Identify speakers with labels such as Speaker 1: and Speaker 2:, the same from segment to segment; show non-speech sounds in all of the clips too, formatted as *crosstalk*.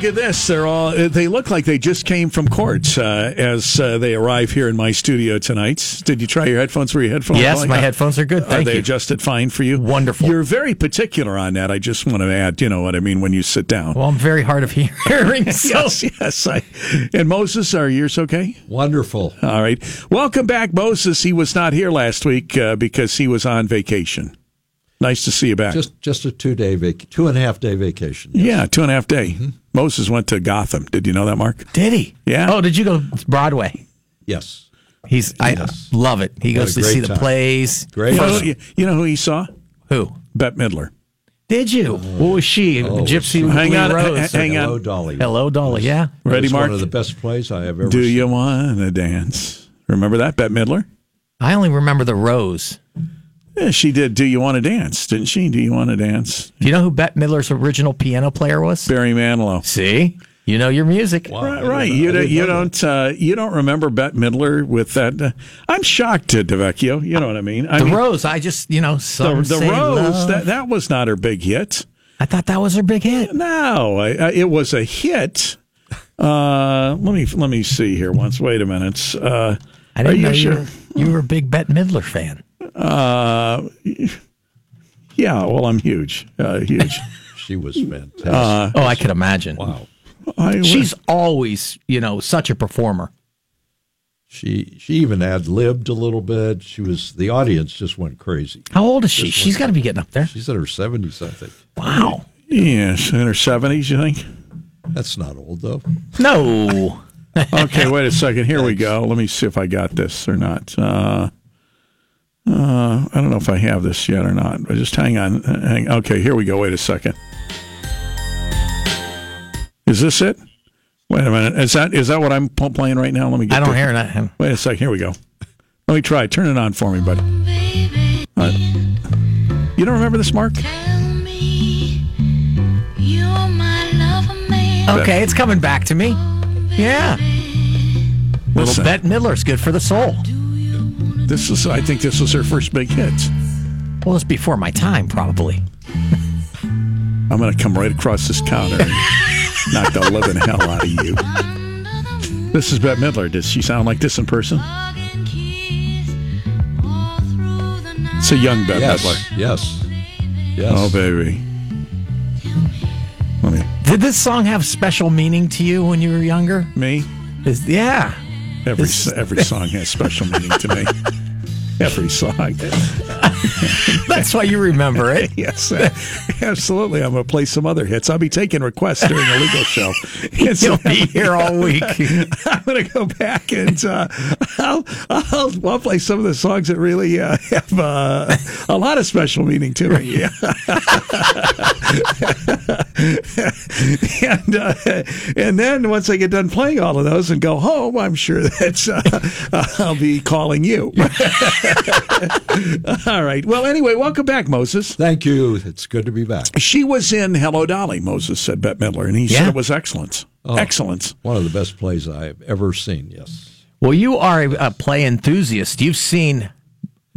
Speaker 1: you uh, this: they're all uh, they look like they just came from court uh, as uh, they arrive here in my studio tonight. Did you try your headphones? Were your headphones?
Speaker 2: Yes,
Speaker 1: calling? *laughs*
Speaker 2: my
Speaker 1: Uh,
Speaker 2: headphones are good.
Speaker 1: Are
Speaker 2: Thank
Speaker 1: they
Speaker 2: you.
Speaker 1: adjusted fine for you?
Speaker 2: Wonderful.
Speaker 1: You're very particular on that. I just want to add, you know what I mean, when you sit down.
Speaker 2: Well, I'm very hard
Speaker 1: *laughs*
Speaker 2: of hearing. *laughs* So
Speaker 1: yes, yes. I, and Moses, are yours okay?
Speaker 3: Wonderful.
Speaker 1: All right. Welcome back, Moses. He was not here last week uh, because he was on vacation. Nice to see you back.
Speaker 3: Just just a two day vac, two and a half day vacation.
Speaker 1: yeah, two and a half day. Moses went to Gotham. Did you know that, Mark?
Speaker 2: Mm-hmm. did he?
Speaker 1: Yeah.
Speaker 2: Oh, did you go to Broadway?
Speaker 3: Yes.
Speaker 2: He's I
Speaker 3: Yes.
Speaker 2: love it. He
Speaker 3: What
Speaker 2: goes
Speaker 3: a
Speaker 2: to see
Speaker 3: great
Speaker 2: the
Speaker 3: time.
Speaker 2: plays.
Speaker 3: Great.
Speaker 1: You know, who- you know who he saw?
Speaker 2: Who?
Speaker 1: Bette Midler.
Speaker 2: Did
Speaker 3: Oh.
Speaker 2: you? what was she? Gypsy
Speaker 1: Hang
Speaker 2: Lee
Speaker 1: on,
Speaker 2: Rose.
Speaker 1: ha- hang
Speaker 3: Hello,
Speaker 1: on.
Speaker 3: Dolly.
Speaker 2: Hello, Dolly. Yeah.
Speaker 1: Ready,
Speaker 3: It's
Speaker 1: Mark?
Speaker 3: One of the best plays I have ever.
Speaker 1: Do
Speaker 3: seen.
Speaker 1: you want to dance? Remember that, Bette Midler?
Speaker 2: I only remember the Rose.
Speaker 1: Yeah, she did. Do you want to dance? Didn't she? Do you want to dance?
Speaker 2: Do you know who Bette Midler's original piano player was?
Speaker 1: Barry Manilow.
Speaker 2: See, you know your music.
Speaker 3: Wow, I
Speaker 1: Right,
Speaker 3: didn't
Speaker 1: right.
Speaker 3: know- I
Speaker 1: You don't,
Speaker 3: didn't
Speaker 1: you
Speaker 3: know that.
Speaker 1: don't, uh, you don't remember Bette Midler with that. Uh, I'm shocked, uh, DeVecchio. You know what I mean? I
Speaker 2: The
Speaker 1: mean,
Speaker 2: Rose. I just you know
Speaker 1: the,
Speaker 2: some
Speaker 1: the
Speaker 2: say
Speaker 1: Rose.
Speaker 2: love.
Speaker 1: That that was not her big hit.
Speaker 2: I thought that was her big hit.
Speaker 1: No, I, I, it was a hit. Uh, let me let me see here. Once, wait a minute. Uh,
Speaker 2: I
Speaker 1: are
Speaker 2: didn't
Speaker 1: you
Speaker 2: know you
Speaker 1: sure?
Speaker 2: were, you were a big Bette Midler fan.
Speaker 1: Uh, yeah. Well, I'm huge. Uh,
Speaker 3: *laughs*
Speaker 1: huge.
Speaker 3: She was fantastic.
Speaker 2: Oh, I could imagine.
Speaker 3: wow.
Speaker 1: I was-
Speaker 2: She's always you know such a performer.
Speaker 3: She she even ad libbed a little bit. She was the audience just went crazy.
Speaker 2: How old is she? She's got to be getting up there.
Speaker 3: She's in her seventies, I think.
Speaker 2: Wow.
Speaker 1: yes in her seventies. You think?
Speaker 3: That's not old though.
Speaker 2: No.
Speaker 1: *laughs* Okay, wait a second. Here we go. Let me see if I got this or not. Uh, uh, I don't know if I have this yet or not. But just hang on. Hang, okay, here we go. Wait a second. Is this it? Wait a minute. Is that is that what I'm p- playing right now? Let me. Get
Speaker 2: I don't
Speaker 1: the-
Speaker 2: hear it.
Speaker 1: Wait a second. Here we go. Let me try. Turn it on for me, buddy. All right. You don't remember this, Mark?
Speaker 2: Okay, it's coming back to me. Yeah. Little
Speaker 1: Listen.
Speaker 2: Bette Midler's good for the soul.
Speaker 1: This is. I think this was her first big hit.
Speaker 2: Well, it's before my time, probably.
Speaker 1: I'm going to come right across this counter
Speaker 2: *laughs*
Speaker 1: and knock the living hell out of you. This is Bette Midler. Does she sound like this in person? It's a young Bette
Speaker 3: Yes.
Speaker 1: Midler.
Speaker 3: Yes. Yes.
Speaker 1: Oh, baby. Let me.
Speaker 2: Did this song have special meaning to you when you were younger?
Speaker 1: Me?
Speaker 2: Is, yeah.
Speaker 1: Every,
Speaker 2: *laughs*
Speaker 1: every song has special meaning to me. Every song.
Speaker 2: *laughs* That's why you remember it.
Speaker 1: *laughs* Yes, uh, absolutely. I'm going to play some other hits. I'll be taking requests during the legal show. And so-
Speaker 2: *laughs* You'll be here all week.
Speaker 1: *laughs* I'm going to go back and uh, I'll, I'll I'll play some of the songs that really uh, have uh, a lot of special meaning to me. Yeah. *laughs* and uh, and then once I get done playing all of those and go home, I'm sure that uh, I'll be calling
Speaker 3: *laughs*
Speaker 1: you. all right. Well, anyway, welcome back, Moses.
Speaker 3: Thank you. It's good to be back.
Speaker 1: She was in Hello Dolly, Moses said Bette Midler, and he said
Speaker 2: Yeah.
Speaker 1: it was excellence. Excellence.
Speaker 3: Oh, One of the best plays I have ever seen. Yes.
Speaker 2: Well, you are a, a play enthusiast. You've seen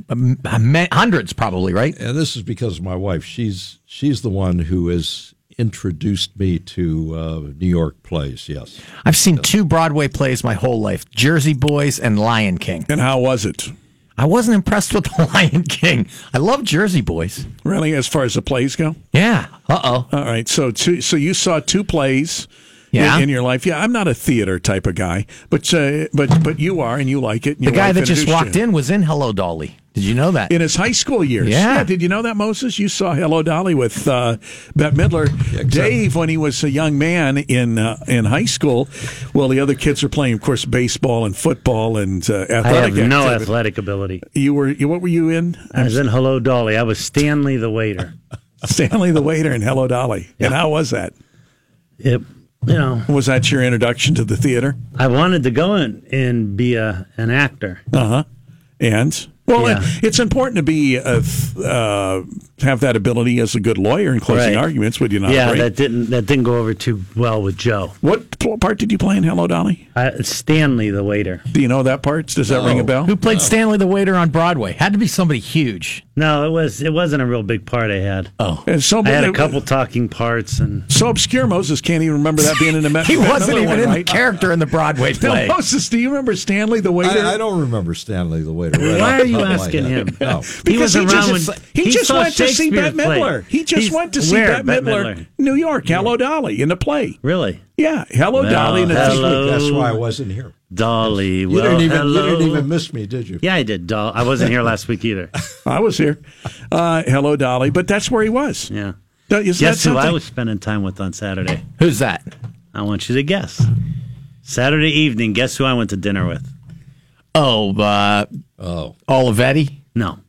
Speaker 2: um, ma- hundreds, probably, right?
Speaker 3: And this is because of my wife. She's she's the one who has introduced me to uh, New York plays. Yes.
Speaker 2: I've seen two Broadway plays my whole life Jersey Boys and Lion King.
Speaker 1: And how was it?
Speaker 2: I wasn't impressed with *laughs* The Lion King. I love Jersey Boys.
Speaker 1: Really, as far as the plays go?
Speaker 2: Yeah. Uh oh.
Speaker 1: All right. So two, so you saw two plays in-
Speaker 2: Yeah.
Speaker 1: in, your life. Yeah, I'm not a theater type of guy, but uh, but but you are and you like it. And
Speaker 2: The guy that just walked in was in Hello Dolly. Did you know that?
Speaker 1: in his high school years.
Speaker 2: Yeah.
Speaker 1: Did you know that, Moses? You saw Hello Dolly with uh, Bette Midler. Dave, when he was a young man in uh, in high school, well, the other kids were playing, of course, baseball and football and uh, athletic.
Speaker 4: I have no
Speaker 1: activity.
Speaker 4: athletic ability.
Speaker 1: You were you, what were you in?
Speaker 4: I was in Hello Dolly. I was Stanley the waiter.
Speaker 1: *laughs* Stanley the waiter in Hello Dolly. And how was that?
Speaker 4: It, you know,
Speaker 1: Was that your introduction to the theater?
Speaker 4: I wanted to go in and be a, an actor.
Speaker 1: And Uh-huh. well,
Speaker 4: Yeah.
Speaker 1: it- it's important to be a th- uh, have that ability as a good lawyer in closing
Speaker 4: Right.
Speaker 1: arguments. Would you not?
Speaker 4: yeah,
Speaker 1: agree?
Speaker 4: that didn't that didn't go over too well with Joe.
Speaker 1: what pl- part did you play in Hello Dolly?
Speaker 4: I, Stanley the waiter.
Speaker 1: Do you know that part? Does that ring a bell?
Speaker 2: Who played Stanley the waiter on Broadway? Had to be somebody huge.
Speaker 4: No, it was it wasn't a real big part I had.
Speaker 2: Oh,
Speaker 1: And so
Speaker 4: I had a couple talking parts and
Speaker 1: So obscure, Moses can't even remember that being in
Speaker 2: *laughs*
Speaker 1: the Met.
Speaker 2: he wasn't
Speaker 1: Another
Speaker 2: even
Speaker 1: one,
Speaker 2: in the
Speaker 1: right?
Speaker 2: character in the Broadway play.
Speaker 1: Now, Moses, do you remember Stanley the waiter?
Speaker 3: I, I don't remember Stanley the waiter. right
Speaker 4: Why
Speaker 3: off
Speaker 4: are
Speaker 3: the
Speaker 4: you
Speaker 3: top of my
Speaker 4: asking
Speaker 3: head.
Speaker 4: him?
Speaker 3: No.
Speaker 4: He
Speaker 1: Because
Speaker 4: was
Speaker 1: he
Speaker 4: around
Speaker 1: just,
Speaker 4: when
Speaker 1: he
Speaker 4: he
Speaker 1: just
Speaker 4: saw
Speaker 1: went to see
Speaker 4: Shakespeare
Speaker 1: Bette
Speaker 4: play.
Speaker 1: Midler. He just
Speaker 4: He's-
Speaker 1: went to see
Speaker 4: where,
Speaker 1: Bette
Speaker 4: Bette
Speaker 1: Midler,
Speaker 4: Midler?
Speaker 1: New York, Hello Dolly, in the play.
Speaker 4: really
Speaker 1: Yeah, Hello
Speaker 4: Well,
Speaker 1: Dolly in the
Speaker 3: That's-
Speaker 4: hello.
Speaker 3: That's why I
Speaker 2: Oh.
Speaker 3: wasn't here.
Speaker 4: Dolly.
Speaker 3: You,
Speaker 4: well,
Speaker 3: didn't even, you
Speaker 4: hello.
Speaker 3: didn't even miss me, did you?
Speaker 4: Yeah, I did. Doll. I wasn't here last week either.
Speaker 1: *laughs* I was here. Uh, Hello Dolly, but that's where he was.
Speaker 4: Yeah.
Speaker 1: That- isn't
Speaker 4: Guess
Speaker 1: that
Speaker 4: who I
Speaker 1: something?
Speaker 4: was spending time with on Saturday?
Speaker 2: Who's that?
Speaker 4: I want you to guess. Saturday evening, guess who I went to dinner with?
Speaker 2: Oh, uh,
Speaker 3: Oh,
Speaker 2: Olivetti.
Speaker 4: No.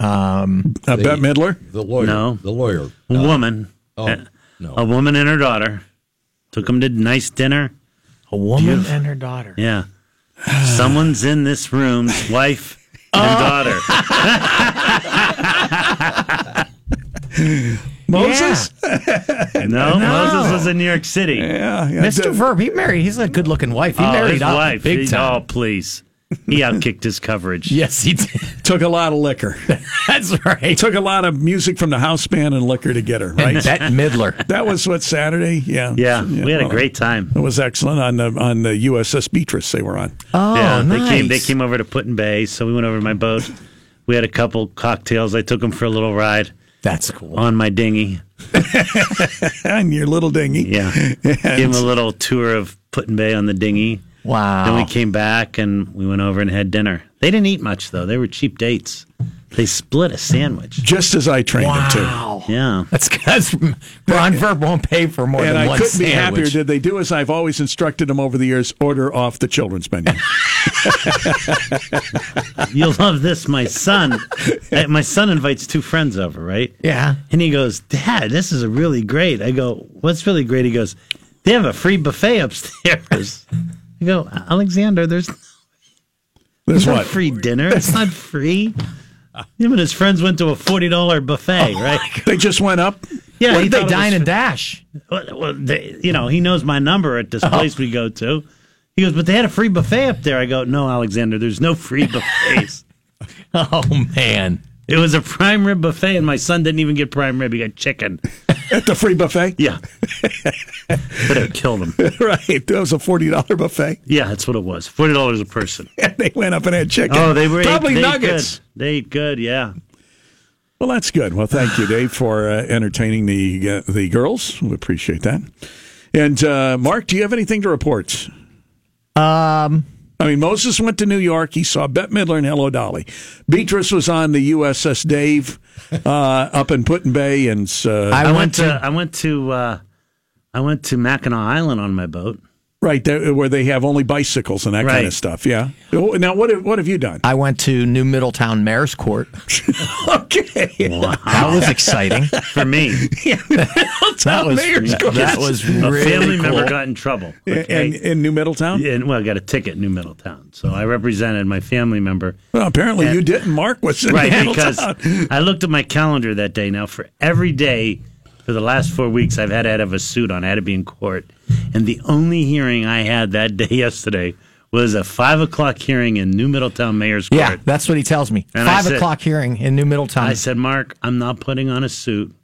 Speaker 1: Uh, Bette Midler.
Speaker 3: the lawyer.
Speaker 1: *laughs*
Speaker 4: No.
Speaker 3: The lawyer.
Speaker 4: A woman. Oh,
Speaker 3: no.
Speaker 4: A woman and her daughter. Took them to nice dinner.
Speaker 2: A woman and her daughter.
Speaker 4: Yeah. Someone's in this room's wife
Speaker 2: Oh.
Speaker 4: and
Speaker 2: *laughs*
Speaker 4: daughter.
Speaker 1: Moses.
Speaker 4: No, Moses was in New York City.
Speaker 1: Yeah, yeah.
Speaker 2: Mr. Verb, he married. He's a good-looking wife. He
Speaker 4: Oh,
Speaker 2: married
Speaker 4: his
Speaker 2: up
Speaker 4: wife.
Speaker 2: big
Speaker 4: He-
Speaker 2: time.
Speaker 4: Oh,
Speaker 2: *laughs*
Speaker 4: please. He outkicked his coverage.
Speaker 2: Yes, he did.
Speaker 1: Took a lot of *laughs* liquor.
Speaker 2: That's right.
Speaker 1: Took a lot of music from the house band and liquor to get her. Right.
Speaker 2: Bette Midler.
Speaker 1: *laughs* that was what Saturday. Yeah.
Speaker 4: Yeah, we had a
Speaker 1: well,
Speaker 4: great time.
Speaker 1: It was excellent on the on the USS Beatrice they were on.
Speaker 2: Oh,
Speaker 4: yeah,
Speaker 2: nice.
Speaker 4: they came. They came over to Put in Bay, so we went over to my boat. We had a couple cocktails. I took them for a little ride
Speaker 2: That's cool.
Speaker 4: on my
Speaker 1: *laughs*
Speaker 4: dinghy.
Speaker 1: and your little dinghy.
Speaker 4: Yeah, give them a little tour of Put in Bay on the dinghy.
Speaker 2: Wow.
Speaker 4: Then we came back and we went over and had dinner. They didn't eat much though. They were cheap dates. They split a sandwich.
Speaker 1: Just as I trained him to.
Speaker 2: wow.
Speaker 4: Yeah.
Speaker 2: That's *laughs* because Ron Verb won't pay for more
Speaker 1: And
Speaker 2: than
Speaker 1: I
Speaker 2: one
Speaker 1: couldn't be
Speaker 2: sandwich.
Speaker 1: happier. Did they do as I've always instructed them over the years? Order off the children's menu. *laughs*
Speaker 4: You'll love this, my son. Uh, my son invites two friends over, right?
Speaker 2: Yeah.
Speaker 4: And he goes, Dad, this is really great. I go, What's really great? He goes, They have a free buffet upstairs. I go, Alexander, there's
Speaker 1: There's
Speaker 4: not
Speaker 1: what?
Speaker 4: free dinner. It's not free. Him and his friends went to a forty dollar
Speaker 1: *laughs*
Speaker 4: buffet, right?
Speaker 1: Oh They just went up.
Speaker 4: Yeah,
Speaker 2: What
Speaker 4: he
Speaker 2: if they
Speaker 4: thought it
Speaker 2: dine
Speaker 4: was-
Speaker 2: and dash?
Speaker 4: Well, well, they, you know, he knows my number at this
Speaker 1: Oh.
Speaker 4: place we go to. He goes, but they had a free buffet up there. I go, no, Alexander, there's no
Speaker 1: *laughs*
Speaker 4: free buffets.
Speaker 2: Oh man.
Speaker 4: it was a prime rib buffet, and my son didn't even get prime rib. He got chicken.
Speaker 1: At the free buffet?
Speaker 4: Yeah, but it killed him.
Speaker 1: *laughs* right. That was a $40 buffet.
Speaker 4: Yeah, that's what it was. Forty dollars a person.
Speaker 1: And *laughs* they went up and had chicken.
Speaker 4: Oh, they were
Speaker 1: Probably
Speaker 4: they ate
Speaker 1: nuggets.
Speaker 4: good. They ate good. Yeah.
Speaker 1: Well, that's good. Well, thank you, Dave, for uh, entertaining the uh, the girls. We appreciate that. And uh, Mark, do you have anything to report?
Speaker 2: Um.
Speaker 1: I mean, Moses went to New York. He saw Bette Midler and Hello Dolly. Beatrice was on the USS Dave
Speaker 4: *laughs*
Speaker 1: uh, up in Putin Bay, and uh,
Speaker 4: I went to I went to uh, I went to Mackinac Island on my boat.
Speaker 1: right there where they have only bicycles and that kind
Speaker 4: Right.
Speaker 1: of stuff. Yeah. Now, what have, what have
Speaker 4: *laughs*
Speaker 1: you done?
Speaker 2: I went to New Middletown Mayor's Court.
Speaker 1: *laughs* okay.
Speaker 2: That was exciting.
Speaker 4: *laughs* For me,
Speaker 2: that was
Speaker 1: Mayor's Court. *laughs*
Speaker 2: that was
Speaker 4: a
Speaker 2: really
Speaker 4: family
Speaker 2: cool.
Speaker 4: member got in trouble. Okay?
Speaker 1: In, in New Middletown?
Speaker 4: and well, I got a ticket New Middletown, so I represented my family member.
Speaker 1: Well, apparently you didn't. Mark was in
Speaker 4: Right, because
Speaker 1: Middletown.
Speaker 4: I looked at my calendar that day. Now, for every day for the last four weeks, I've had to have a suit on. I had to be in court, and the only hearing I had that day *laughs* yesterday was a five o'clock hearing in New Middletown Mayor's Court.
Speaker 2: Yeah, that's what he tells me.
Speaker 4: And I
Speaker 2: Five
Speaker 4: said-
Speaker 2: o'clock hearing in New Middletown.
Speaker 4: I said, Mark, I'm not putting on a suit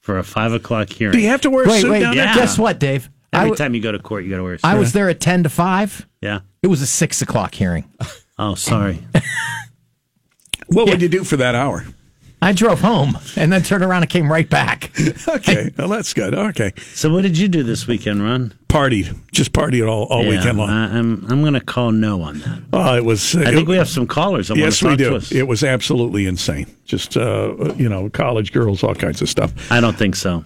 Speaker 4: for a five o'clock hearing.
Speaker 1: Do you have to wear a
Speaker 2: wait,
Speaker 1: suit
Speaker 2: wait.
Speaker 1: down
Speaker 4: Yeah.
Speaker 1: there?
Speaker 2: Guess what, Dave? I
Speaker 4: Every
Speaker 2: w-
Speaker 4: time you go to court, you got to wear a suit.
Speaker 2: I was there at ten to five.
Speaker 4: yeah.
Speaker 2: It was a six o'clock hearing.
Speaker 4: Oh, sorry.
Speaker 1: *laughs* What would you do for
Speaker 4: *laughs*
Speaker 1: that hour?
Speaker 2: I drove home and then turned around and came right back.
Speaker 1: Okay, well, that's good. Okay.
Speaker 4: so, what did you do this weekend, Ron?
Speaker 1: Partied. Just partied all, all
Speaker 4: Yeah,
Speaker 1: weekend long.
Speaker 4: I, I'm I'm going to call no on that.
Speaker 1: Oh, it was.
Speaker 4: I think we have some callers. I
Speaker 1: Yes, we
Speaker 4: want to talk
Speaker 1: do.
Speaker 4: To us.
Speaker 1: It was absolutely insane. Just uh, you know, college girls, all kinds of stuff.
Speaker 4: I don't think so.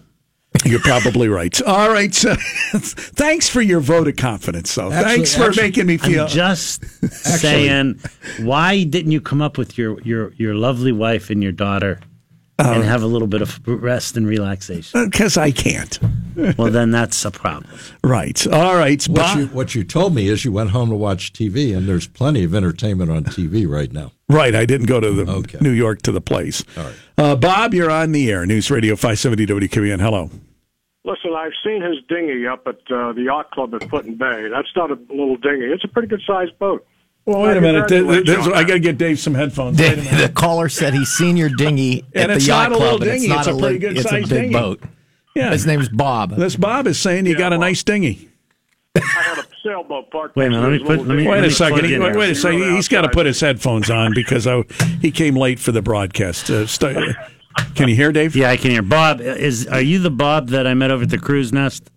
Speaker 1: You're
Speaker 4: *laughs*
Speaker 1: probably right. All right. So, *laughs* thanks for your vote of confidence. So,
Speaker 3: Actually-
Speaker 1: thanks for
Speaker 3: actually-
Speaker 1: making me
Speaker 4: I'm
Speaker 1: feel. *laughs*
Speaker 4: just saying, why didn't you come up with your your your lovely wife and your daughter? and have a little bit of rest and relaxation.
Speaker 1: Because Uh, I can't. *laughs*
Speaker 4: well, then that's a problem.
Speaker 1: Right. All right.
Speaker 3: What
Speaker 1: Bob-
Speaker 3: you, what you told me is you went home to watch TV, and there's plenty of entertainment on TV right now.
Speaker 1: Right. I didn't go to the
Speaker 3: Okay.
Speaker 1: New York to the place.
Speaker 3: All right.
Speaker 1: Uh, Bob, you're on the air. News Radio 570 WQBN. E Hello.
Speaker 5: Listen, I've seen his dinghy up at uh, the yacht club at Putin Bay. That's not a little dinghy. It's a pretty good sized boat.
Speaker 1: Well, wait a minute. Th- th- this- I got to get Dave some headphones. Wait a minute.
Speaker 2: The caller said he's seen your dinghy
Speaker 1: *laughs* And
Speaker 2: at the
Speaker 1: it's
Speaker 2: yacht
Speaker 1: not a little
Speaker 2: club, and it's
Speaker 1: dinghy,
Speaker 2: not
Speaker 1: it's a
Speaker 2: li-
Speaker 1: pretty good
Speaker 2: it's a
Speaker 1: sized
Speaker 2: big
Speaker 1: dinghy.
Speaker 2: boat.
Speaker 1: Yeah.
Speaker 2: His name's Bob.
Speaker 1: This Bob is saying you got a nice dinghy.
Speaker 5: I had a sailboat parked.
Speaker 4: Wait a minute, let me put- let me-
Speaker 1: Wait a second.
Speaker 4: plug
Speaker 1: He,
Speaker 4: in
Speaker 1: wait,
Speaker 4: here.
Speaker 1: a second. He's got to put his headphones on because I, he came late for the broadcast. Uh, st- can you hear, Dave?
Speaker 4: Yeah, I can hear. Bob, is are you the Bob that I met over at the cruise nest?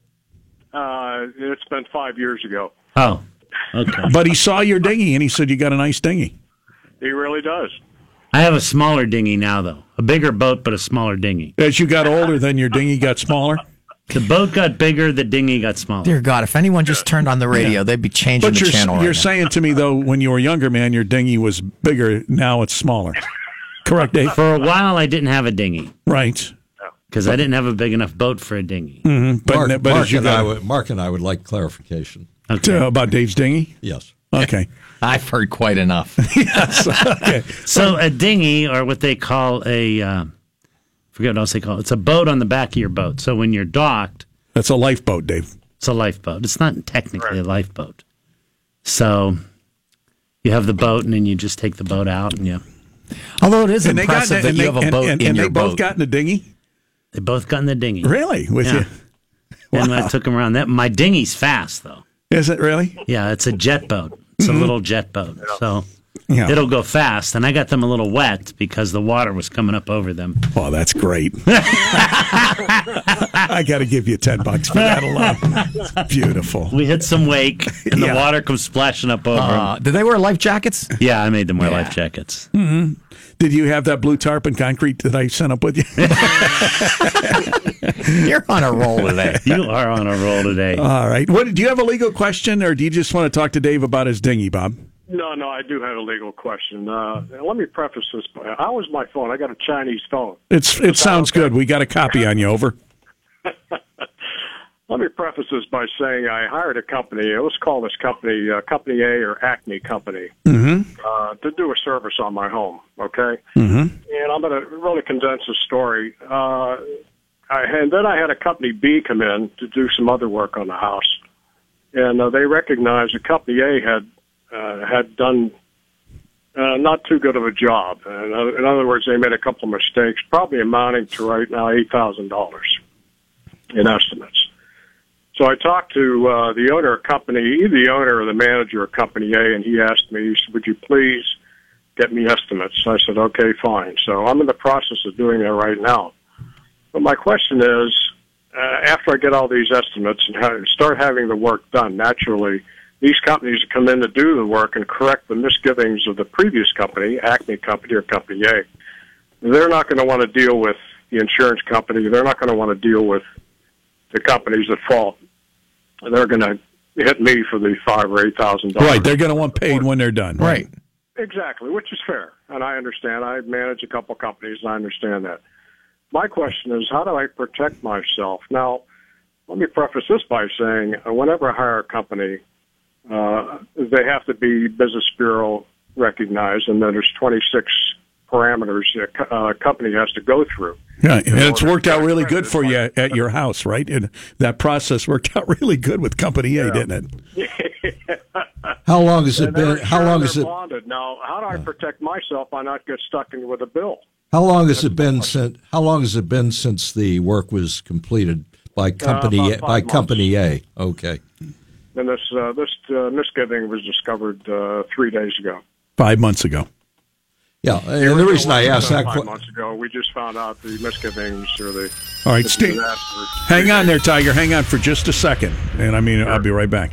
Speaker 5: Uh, it's been five years ago.
Speaker 4: Oh, okay.
Speaker 1: But he saw your dinghy and he said you got a nice dinghy.
Speaker 5: He really does.
Speaker 4: I have a smaller dinghy now, though. A bigger boat, but a smaller dinghy.
Speaker 1: As you got older, then your dinghy got smaller.
Speaker 4: The boat got bigger, the dinghy got smaller.
Speaker 2: Dear God, if anyone just turned on the radio, they'd be changing
Speaker 1: But
Speaker 2: the
Speaker 1: you're
Speaker 2: channel.
Speaker 1: you're
Speaker 2: right now.
Speaker 1: saying to me though, when you were younger, man, your dinghy was bigger. Now it's smaller. Correct, Dave.
Speaker 4: For a while, I didn't have a dinghy
Speaker 1: Right.
Speaker 4: because I didn't have a big enough boat for a dinghy.
Speaker 1: mm-hmm, But,
Speaker 3: Mark,
Speaker 1: but
Speaker 3: Mark
Speaker 1: as you
Speaker 3: and I
Speaker 1: got
Speaker 3: would, Mark and I would like clarification.
Speaker 1: to, about Dave's dinghy.
Speaker 3: Yes.
Speaker 1: Okay.
Speaker 2: I've heard
Speaker 1: *laughs*
Speaker 2: quite enough.
Speaker 4: So a dinghy, or what they call a, uh, forget what else they call it. It's a boat on the back of your boat. So when you're docked,
Speaker 1: That's a lifeboat, Dave.
Speaker 4: it's a lifeboat. It's not technically a lifeboat. So you have the boat, and then you just take the boat out, and you
Speaker 2: Although it is impressive
Speaker 1: in-
Speaker 2: that
Speaker 1: and
Speaker 2: you
Speaker 1: they-
Speaker 2: have a
Speaker 1: and-
Speaker 2: boat
Speaker 1: and,
Speaker 2: in
Speaker 1: and
Speaker 2: your
Speaker 1: they both
Speaker 2: boat.
Speaker 1: got in a dinghy.
Speaker 4: they both got in the dinghy.
Speaker 1: Really? With
Speaker 2: *laughs*
Speaker 4: Yeah. And I took them around. That my dinghy's fast though.
Speaker 1: you? Is it really? Mm-hmm.
Speaker 4: Yeah, it's a jet boat. It's a little jet boat. So
Speaker 1: Yeah.
Speaker 4: it'll go fast. And I got them a little wet because the water was coming up over them.
Speaker 1: Well, that's
Speaker 4: *laughs*
Speaker 1: great. I got to give you ten bucks for that alone. It's beautiful.
Speaker 4: We hit some wake and
Speaker 1: Yeah.
Speaker 4: the water comes splashing up over 'em.
Speaker 2: Uh, did they wear life jackets?
Speaker 4: Yeah, I made them wear life jackets.
Speaker 1: Mm-hmm. Did you have that blue tarp and concrete that I sent up with you?
Speaker 2: *laughs* You're on a
Speaker 1: *laughs*
Speaker 2: roll today.
Speaker 4: You are on a roll today.
Speaker 1: All right. What do you have a legal question, or do you just want to talk to Dave about his dinghy, Bob?
Speaker 5: No, no, I do have a legal question. Uh, let me preface this. by- How was my phone? I got a Chinese phone.
Speaker 1: It's it sounds good. We got a copy on you. Over.
Speaker 5: Let me preface this by saying I hired a company. uh, Let's call this company uh, Company A or Acme Company
Speaker 1: Mm-hmm.
Speaker 5: uh, to do a service on my home. Okay, mm-hmm. and I'm going to really condense the story. Uh, I, and then I had a company B come in to do some other work on the house, and uh, they recognized that Company A had uh, had done uh, not too good of a job. In other, in other words, they made a couple of mistakes, probably amounting to right now eight thousand dollars in estimates. So I talked to uh, the owner of company, either the owner or the manager of company A, and he asked me, he said, "Would you please get me estimates?" I said, "Okay, fine." So I'm in the process of doing that right now. But my question is, uh, after I get all these estimates and ha- start having the work done, naturally, these companies come in to do the work and correct the misgivings of the previous company, Acme Company or Company A. They're not going to want to deal with the insurance company. They're not going to want to deal with the company's at fault. And they're going to hit me for the five or eight thousand dollars.
Speaker 1: Right. They're going to want paid when they're done.
Speaker 2: Right.
Speaker 5: Exactly, which is fair, and I understand. I manage a couple companies, and I understand that. My question is, how do I protect myself? Now, let me preface this by saying, uh, whenever I hire a company, uh, they have to be Business Bureau recognized, and then there's 26 parameters a co- uh, a company has to go through. *laughs*
Speaker 1: Yeah. And it's worked out really good for you at- at your house, right? And that process worked out *laughs* really good with Company A, didn't it?
Speaker 3: How long has it
Speaker 5: And they're
Speaker 3: been? How
Speaker 5: insured,
Speaker 3: long
Speaker 5: they're
Speaker 3: has it?
Speaker 5: bonded. Now, how do I protect myself by not get stuck in with a bill?
Speaker 3: How long has it been since? How long has it been since the work was completed by company
Speaker 5: Uh, about
Speaker 3: A,
Speaker 5: five
Speaker 3: by
Speaker 5: months.
Speaker 3: company A? Okay.
Speaker 5: And this uh, this uh, misgiving was discovered uh, three days ago.
Speaker 1: Five months ago.
Speaker 3: Yeah, and the reason I asked that.
Speaker 5: five
Speaker 3: que-
Speaker 5: months ago, we just found out the misgivings or the
Speaker 1: All right.
Speaker 5: the
Speaker 1: Stay,
Speaker 5: disaster.
Speaker 1: hang on there, Tiger. Hang on for just a second. And I mean, I'll be right back.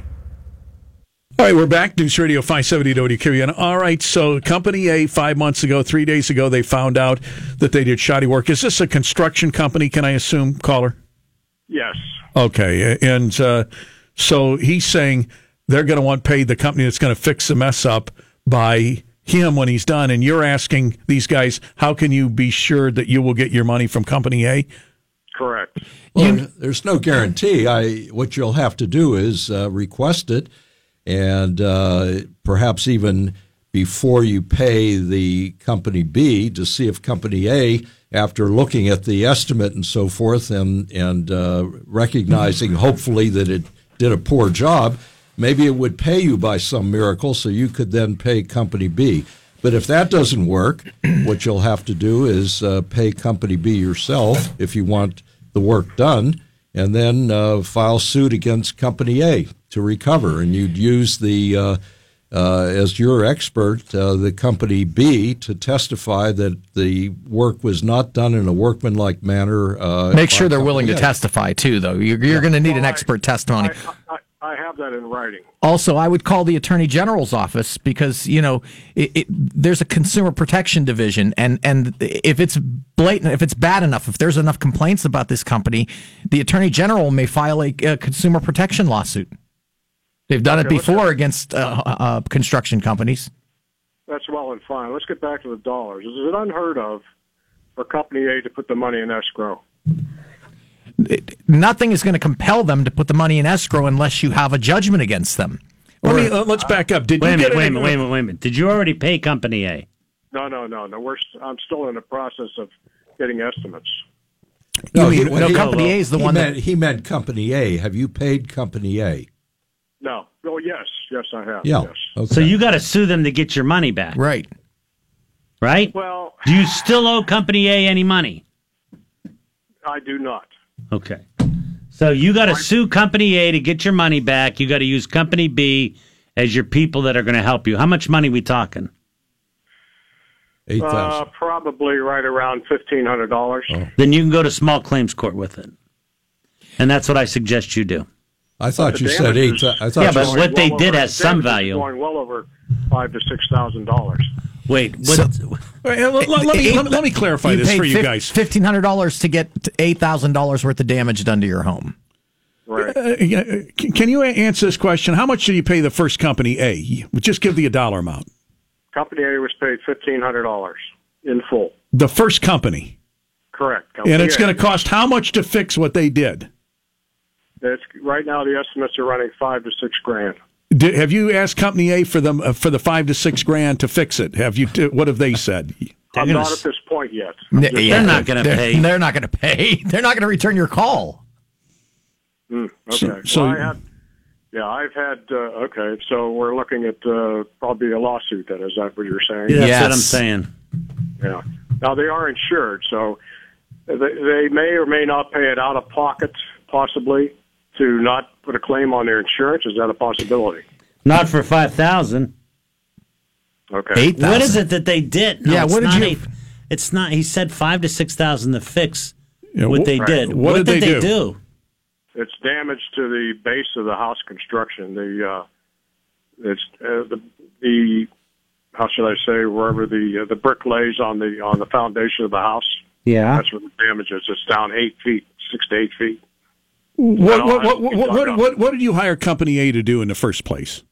Speaker 1: All right, we're back. News Radio 570 WQN. All right, so Company A, five months ago, three days ago, they found out that they did shoddy work. Is this a construction company, can I assume, caller?
Speaker 5: Yes,
Speaker 1: Okay, and uh, so he's saying they're going to want paid the company that's going to fix the mess up by him when he's done, and you're asking these guys, how can you be sure that you will get your money from company A?
Speaker 5: correct.
Speaker 3: Well, there's no guarantee. I what you'll have to do is uh, request it, and uh, perhaps even before you pay the company B to see if company A, after looking at the estimate and so forth, and and uh, recognizing hopefully that it did a poor job, Maybe it would pay you by some miracle, so you could then pay Company B. But if that doesn't work, what you'll have to do is uh, pay Company B yourself if you want the work done, and then uh, file suit against Company A to recover. And you'd use the uh, uh, as your expert, uh, the company B, to testify that the work was not done in a workmanlike manner. Uh,
Speaker 2: Make sure
Speaker 3: by
Speaker 2: they're willing to
Speaker 3: company A.
Speaker 2: testify too, though. You're, you're going to need an
Speaker 5: Well, I-
Speaker 2: expert testimony.
Speaker 5: I, I, I have that in writing.
Speaker 2: Also, I would call the attorney general's office because you know it, it, there's a consumer protection division, and and if it's blatant, if it's bad enough, if there's enough complaints about this company, the attorney general may file a, a consumer protection lawsuit. They've done it before against uh, uh, construction companies.
Speaker 5: That's well and fine. Let's get back to the dollars. Is it unheard of for Company A to put the money in escrow?
Speaker 2: Nothing is going to compel them to put the money in escrow unless you have a judgment against them.
Speaker 1: Let me, uh, let's back up. Did
Speaker 4: Wait
Speaker 1: you
Speaker 4: a
Speaker 1: get
Speaker 4: minute,
Speaker 1: an-
Speaker 4: wait a minute, wait a minute, wait a minute. Did you already pay Company A?
Speaker 5: No, no, no, no. We're, s- I'm still in the process of getting estimates.
Speaker 3: No,
Speaker 2: You mean-
Speaker 3: what
Speaker 2: no, Company A is the
Speaker 3: he
Speaker 2: one that-
Speaker 3: meant, he meant Company A. Have you paid Company A?
Speaker 5: No. Oh, yes. Yes, I have.
Speaker 3: Yeah.
Speaker 5: Yes.
Speaker 3: Okay.
Speaker 4: So you got to sue them to get your money back,
Speaker 2: Right.
Speaker 4: right?
Speaker 5: Well,
Speaker 4: Do you still owe Company A any money?
Speaker 5: I do not.
Speaker 4: Okay. So you got to sue Company A to get your money back. You got to use Company B as your people that are going to help you. How much money we talking?
Speaker 3: eight
Speaker 5: Uh,
Speaker 3: thousand. Oh.
Speaker 5: probably right around fifteen hundred dollars.
Speaker 4: Uh, Then you can go to small claims court with it, and that's what I suggest you do.
Speaker 3: I thought you
Speaker 5: the
Speaker 3: said eight.
Speaker 5: damages-
Speaker 3: thou- I thought
Speaker 4: Yeah,
Speaker 3: you
Speaker 4: but
Speaker 3: said-
Speaker 4: what they did has some value.
Speaker 5: Going well over five to six thousand dollars.
Speaker 4: Wait, what, *laughs*
Speaker 1: Wait, uh, let, let me,
Speaker 2: Eight-
Speaker 1: let, me- let me clarify this
Speaker 2: paid
Speaker 1: for you
Speaker 2: fif-
Speaker 1: guys.
Speaker 2: $1,500 to get $8,000 worth of damage done to your home.
Speaker 5: Right.
Speaker 1: Uh, yeah, uh, can can you a- answer this question? How much did you pay the first company A? Just give the a dollar amount.
Speaker 5: Company A was paid fifteen hundred dollars in full.
Speaker 1: The first company,
Speaker 5: Correct. Company
Speaker 1: and it's
Speaker 5: A.
Speaker 1: going to cost how much to fix what they did?
Speaker 5: It's right now. The estimates are running five to six grand.
Speaker 1: Did, have you asked company A for them uh, for the five to six grand to fix it? Have you? t- What have they said?
Speaker 4: They're
Speaker 5: I'm
Speaker 4: gonna
Speaker 5: not
Speaker 4: s-
Speaker 5: at this point yet.
Speaker 2: They're
Speaker 4: not gonna
Speaker 2: they're-
Speaker 4: pay.
Speaker 2: They're not going to pay. *laughs* They're not going to return your call.
Speaker 5: Okay.
Speaker 1: so-
Speaker 5: Well, I had, yeah, I've had. Uh, okay, so we're looking at uh, probably a lawsuit. Then is that what you're saying?
Speaker 4: that's what I'm
Speaker 2: Yes.
Speaker 4: saying.
Speaker 5: Yeah. Now they are insured, so they, they may or may not pay it out of pocket, possibly to not put a claim on their insurance. Is that a possibility?
Speaker 4: Not for five thousand.
Speaker 5: Okay.
Speaker 2: Eight
Speaker 4: What
Speaker 2: thousand.
Speaker 4: is it that they did? No,
Speaker 2: Yeah,
Speaker 4: it's
Speaker 2: what did
Speaker 4: not
Speaker 2: you-
Speaker 4: eight- it's not. He said five to six thousand to fix what
Speaker 1: wh-
Speaker 4: they did.
Speaker 1: What did they do?
Speaker 5: It's damage to the base of the house construction. The uh, it's uh, the the how should I say wherever the uh, the brick lays on the on the foundation of the house.
Speaker 4: Yeah.
Speaker 5: That's where the damage is. It's down eight feet, six to eight feet.
Speaker 1: What what,
Speaker 5: don't know.
Speaker 1: what, what, what, what, what, did you hire company A to do in the first place?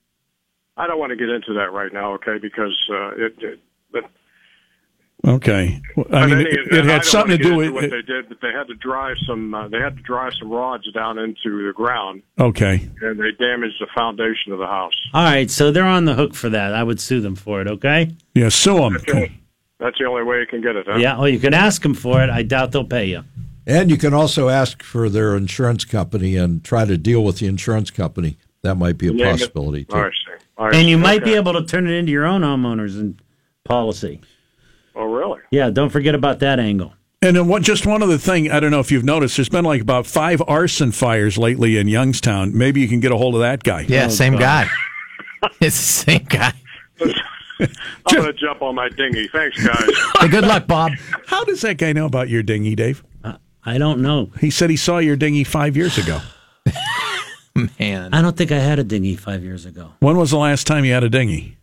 Speaker 5: I don't want to get into that right now, okay? Because uh, it, it but
Speaker 1: Okay, Well, I
Speaker 5: But
Speaker 1: mean,
Speaker 5: any
Speaker 1: it,
Speaker 5: event,
Speaker 1: it
Speaker 5: I
Speaker 1: had
Speaker 5: don't
Speaker 1: something
Speaker 5: wanna
Speaker 1: to
Speaker 5: get
Speaker 1: do
Speaker 5: into
Speaker 1: with.
Speaker 5: what they did, but they had to drive some. Uh, they had to drive some rods down into the ground,
Speaker 1: okay,
Speaker 5: and they damaged the foundation of the house.
Speaker 4: All right, so they're on the hook for that. I would sue them for it. Okay.
Speaker 1: yeah, sue them.
Speaker 5: That's the only way you can get it. Huh?
Speaker 4: Yeah. Well, you can ask them for it. I doubt they'll pay you.
Speaker 3: and you can also ask for their insurance company and try to deal with the insurance company. That might be a
Speaker 5: Name it.
Speaker 3: possibility too.
Speaker 5: All right, see. All right,
Speaker 4: And you might
Speaker 5: okay.
Speaker 4: be able to turn it into your own homeowners and policy.
Speaker 5: Oh, really?
Speaker 4: Yeah, don't forget about that angle.
Speaker 1: And then what, just one other thing, I don't know if you've noticed, there's been like about five arson fires lately in Youngstown. Maybe you can get a hold of that guy.
Speaker 5: Oh,
Speaker 2: yeah, same guy. *laughs* It's the same guy.
Speaker 5: I'm going to jump on my dinghy. Thanks,
Speaker 1: *laughs*
Speaker 5: guys.
Speaker 2: Hey, good luck, Bob.
Speaker 1: How does that guy know about your dinghy, Dave?
Speaker 4: I don't know.
Speaker 1: He said he saw your dinghy five years ago.
Speaker 2: Man.
Speaker 4: I don't think I had a dinghy five years ago.
Speaker 1: When was the last time you had a dinghy?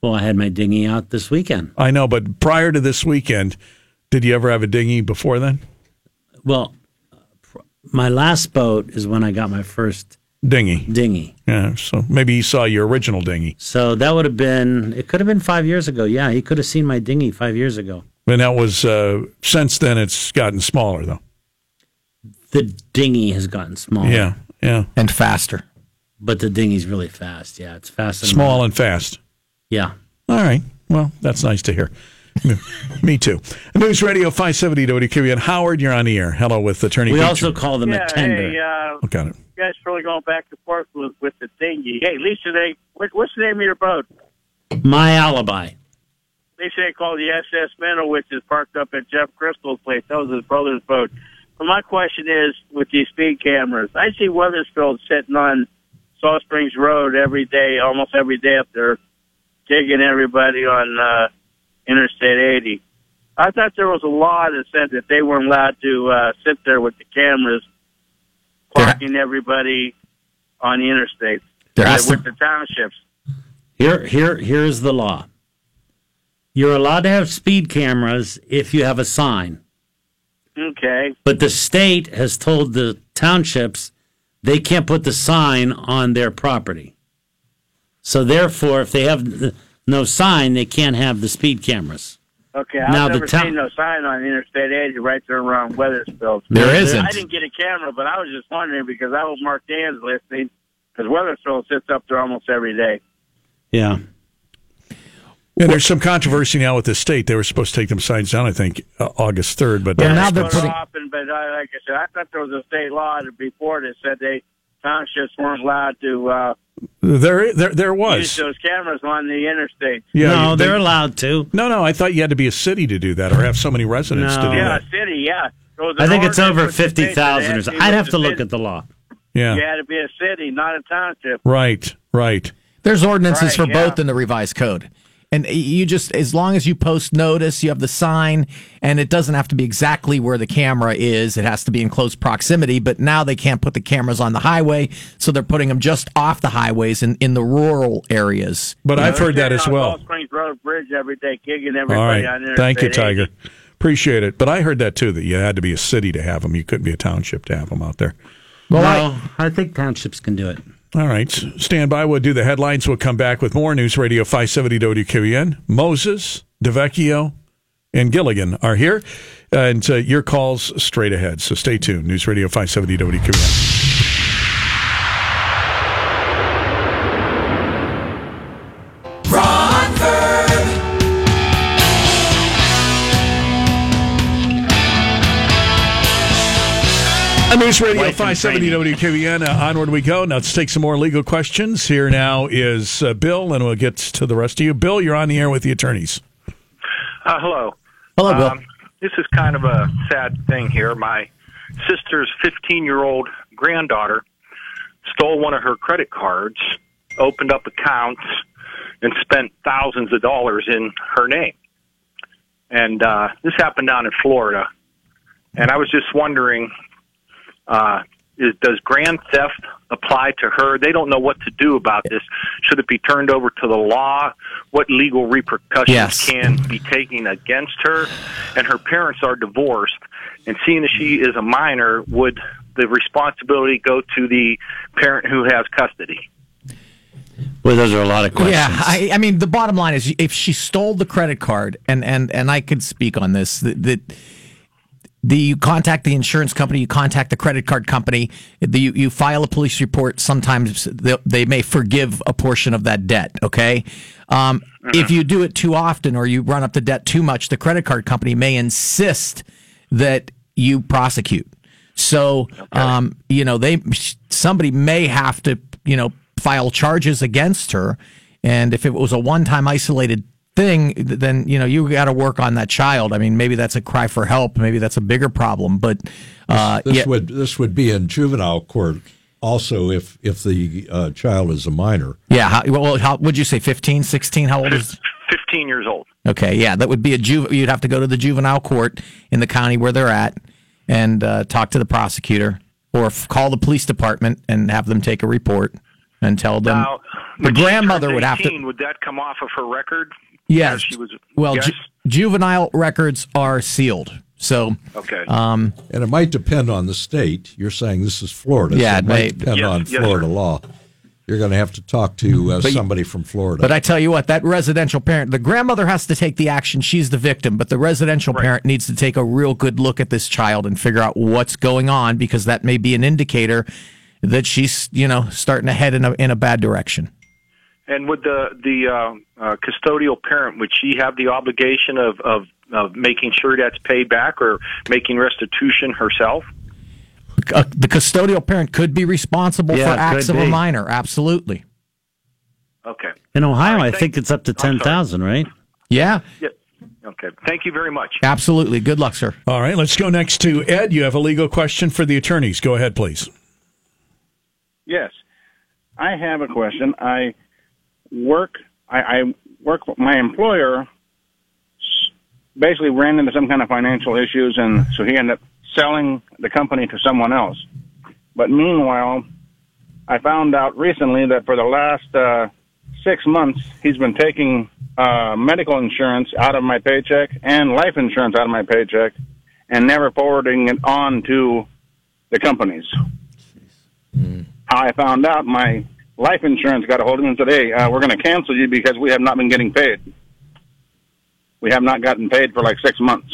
Speaker 4: Well, I had my dinghy out this weekend.
Speaker 1: I know, but prior to this weekend, did you ever have a dinghy before then?
Speaker 4: Well, uh, pr- my last boat is when I got my first
Speaker 1: Dinghy.
Speaker 4: dinghy.
Speaker 1: Yeah, so maybe he saw your original dinghy.
Speaker 4: So that would have been, it could have been five years ago. Yeah, he could have seen my dinghy five years ago.
Speaker 1: And that was, uh, since then, it's gotten smaller, though.
Speaker 4: The dinghy has gotten smaller.
Speaker 1: Yeah, yeah.
Speaker 2: And faster.
Speaker 4: But the dinghy's really fast. Yeah, it's fast and
Speaker 1: Small and fast.
Speaker 4: Yeah.
Speaker 1: All right. Well, that's nice to hear. *laughs* Me too. News Radio E 570 WQB and Howard, you're on the air. Hello with attorney.
Speaker 4: We
Speaker 1: Peach.
Speaker 6: uh,
Speaker 4: also call them a tender.
Speaker 1: Look at it.
Speaker 6: guys really going back and forth with, with the dinghy. Hey, Lisa, they what, what's the name of your boat?
Speaker 4: My alibi.
Speaker 6: They say it's called the SS Minnow, which is parked up at Jeff Crystal's place. That was his brother's boat. But my question is, with these speed cameras, I see Weathersfield sitting on Saw Springs Road every day, almost every day up there, digging everybody on uh, Interstate 80. I thought there was a law that said that they weren't allowed to uh, sit there with the cameras parking everybody on the interstate
Speaker 2: There
Speaker 6: uh,
Speaker 2: has
Speaker 6: with
Speaker 2: to-
Speaker 6: the townships.
Speaker 4: Here, here, here is the law. You're allowed to have speed cameras if you have a sign,
Speaker 6: Okay.
Speaker 4: but the state has told the townships they can't put the sign on their property. So therefore, if they have th- no sign, they can't have the speed cameras.
Speaker 6: Okay, I've
Speaker 4: Now, the
Speaker 6: never
Speaker 4: town-
Speaker 6: seen no sign on Interstate 80 right there around Weathersfield.
Speaker 2: There
Speaker 6: I
Speaker 2: isn't.
Speaker 6: didn't get a camera, but I was just wondering because I was Mark Dan's listening because Weathersfield sits up there almost every day.
Speaker 4: Yeah.
Speaker 1: And there's some controversy now with the state. They were supposed to take them signs down, I think, uh, August 3rd, but
Speaker 2: Yeah,
Speaker 1: that's-
Speaker 2: now they're
Speaker 6: Put
Speaker 2: putting-
Speaker 6: off, and, but I, like I said, I thought there was a state law that before that said they townships weren't allowed to uh,
Speaker 1: there, there, there
Speaker 6: use
Speaker 1: was.
Speaker 6: those cameras on the interstate.
Speaker 1: Yeah,
Speaker 4: no,
Speaker 1: you-
Speaker 4: they're allowed to.
Speaker 1: No, no, I thought you had to be a city to do that or have so many residents to
Speaker 4: No.
Speaker 1: do
Speaker 6: Yeah,
Speaker 1: that.
Speaker 6: city, yeah. There was
Speaker 4: I
Speaker 6: an
Speaker 4: think it's
Speaker 6: ordinance
Speaker 4: over
Speaker 6: with the state that
Speaker 4: 50,000 or
Speaker 6: had to
Speaker 4: something.
Speaker 6: be
Speaker 4: I'd
Speaker 6: with
Speaker 4: have to
Speaker 6: the
Speaker 4: look
Speaker 6: city.
Speaker 4: at the law.
Speaker 1: Yeah.
Speaker 6: You had to be a city, not a township.
Speaker 1: Right, right.
Speaker 2: There's ordinances
Speaker 6: Right,
Speaker 2: for
Speaker 6: yeah.
Speaker 2: both in the revised code. And you just, as long as you post notice, you have the sign, and it doesn't have to be exactly where the camera is. It has to be in close proximity. But now they can't put the cameras on the highway, so they're putting them just off the highways in, in the rural areas.
Speaker 1: But I've heard that
Speaker 6: They're
Speaker 1: as
Speaker 6: on
Speaker 1: well.
Speaker 6: Gulf Springs Road Bridge every day, gigging
Speaker 1: All
Speaker 6: everybody on
Speaker 1: right.
Speaker 6: Interstate
Speaker 1: Thank you,
Speaker 6: 80.
Speaker 1: Tiger. Appreciate it. But I heard that too, that you had to be a city to have them. You couldn't be a township to have them out there.
Speaker 2: Well,
Speaker 4: no, I think townships can do it.
Speaker 1: All right. Stand by. We'll do the headlines. We'll come back with more News Radio 570 WQEN. Moses, DeVecchio, and Gilligan are here. And uh, your calls straight ahead. So stay tuned. News Radio 570 WQEN. On News Radio
Speaker 4: Life and
Speaker 1: 570 WKBN, uh, onward we go. Now let's take some more legal questions. Here now is uh, Bill, and we'll get to the rest of you. Bill, you're on the air with the attorneys.
Speaker 7: Uh, hello.
Speaker 2: Hello, Bill.
Speaker 7: Um, this is kind of a sad thing here. My sister's 15 year old granddaughter stole one of her credit cards, opened up accounts, and spent thousands of dollars in her name. And uh, this happened down in Florida. And I was just wondering uh, is, does grand theft apply to her? They don't know what to do about this. Should it be turned over to the law? What legal repercussions
Speaker 2: Yes.
Speaker 7: can be taken against her? And her parents are divorced. And seeing that she is a minor, would the responsibility go to the parent who has custody?
Speaker 4: Well, those are a lot of questions.
Speaker 2: Yeah, I, I mean, the bottom line is, if she stole the credit card, and and and I could speak on this, that. that the, you contact the insurance company, you contact the credit card company, the, you, you file a police report. Sometimes they, they may forgive a portion of that debt, okay? Um, If you do it too often or you run up the debt too much, the credit card company may insist that you prosecute. So, um, you know, they somebody may have to, you know, file charges against her. And if it was a one time isolated thing, th- then you know you got to work on that child. I mean, maybe that's a cry for help. Maybe that's a bigger problem. But uh,
Speaker 3: This
Speaker 2: yeah,
Speaker 3: would this would be in juvenile court also if if the uh, child is a minor.
Speaker 2: yeah. How, well, how would you say 15, 16? How
Speaker 3: *laughs*
Speaker 2: old is?
Speaker 7: 15 years old.
Speaker 2: Okay, yeah, that would be a ju. You'd have to go to the juvenile court in the county where they're at and uh, talk to the prosecutor or f- call the police department and have them take a report and tell them.
Speaker 7: Now,
Speaker 2: the
Speaker 7: when she
Speaker 2: grandmother
Speaker 7: turns
Speaker 2: would have
Speaker 7: 18,
Speaker 2: to.
Speaker 7: Would that come off of her record?
Speaker 2: Yes.
Speaker 7: As She was.
Speaker 2: well,
Speaker 7: yes?
Speaker 2: ju- juvenile records are sealed, so um,
Speaker 7: okay.
Speaker 3: And it might depend on the state. You're saying this is Florida. so
Speaker 2: Yeah,
Speaker 3: it
Speaker 2: it
Speaker 3: might
Speaker 2: may-
Speaker 3: depend
Speaker 7: Yes,
Speaker 3: on
Speaker 7: yes,
Speaker 3: Florida
Speaker 7: sir.
Speaker 3: law. You're going to have to talk to uh, somebody from Florida.
Speaker 2: But I tell you what, that residential parent, the grandmother has to take the action. She's the victim, but the residential parent needs to take a real good look at this child and figure out what's going on because that may be an indicator that she's, you know, starting to head in a, in a bad direction.
Speaker 7: And would the the uh, uh, custodial parent would she have the obligation of, of of making sure that's paid back or making restitution herself?
Speaker 2: uh, the custodial parent could be responsible
Speaker 4: Yeah,
Speaker 2: for
Speaker 4: could
Speaker 2: acts of a
Speaker 4: be.
Speaker 2: minor. Absolutely.
Speaker 7: Okay.
Speaker 4: In Ohio,
Speaker 7: All
Speaker 4: I
Speaker 7: right,
Speaker 4: think
Speaker 7: thank-
Speaker 4: it's up to
Speaker 7: I'm sorry.
Speaker 4: 10,000, right?
Speaker 2: Yeah,
Speaker 7: Yeah. Okay. Thank you very much.
Speaker 2: absolutely. Good luck, sir.
Speaker 1: All right, let's go next to Ed. You have a legal question for the attorneys. Go ahead, please.
Speaker 8: Yes, I have a question. I work. I, I work. My employer s- basically ran into some kind of financial issues, and so he ended up selling the company to someone else. But meanwhile, I found out recently that for the last uh, six months, he's been taking uh, medical insurance out of my paycheck and life insurance out of my paycheck, and never forwarding it on to the companies. I found out my life insurance got a hold of me and said, "Hey, uh, we're going to cancel you because we have not been getting paid. We have not gotten paid for like six months."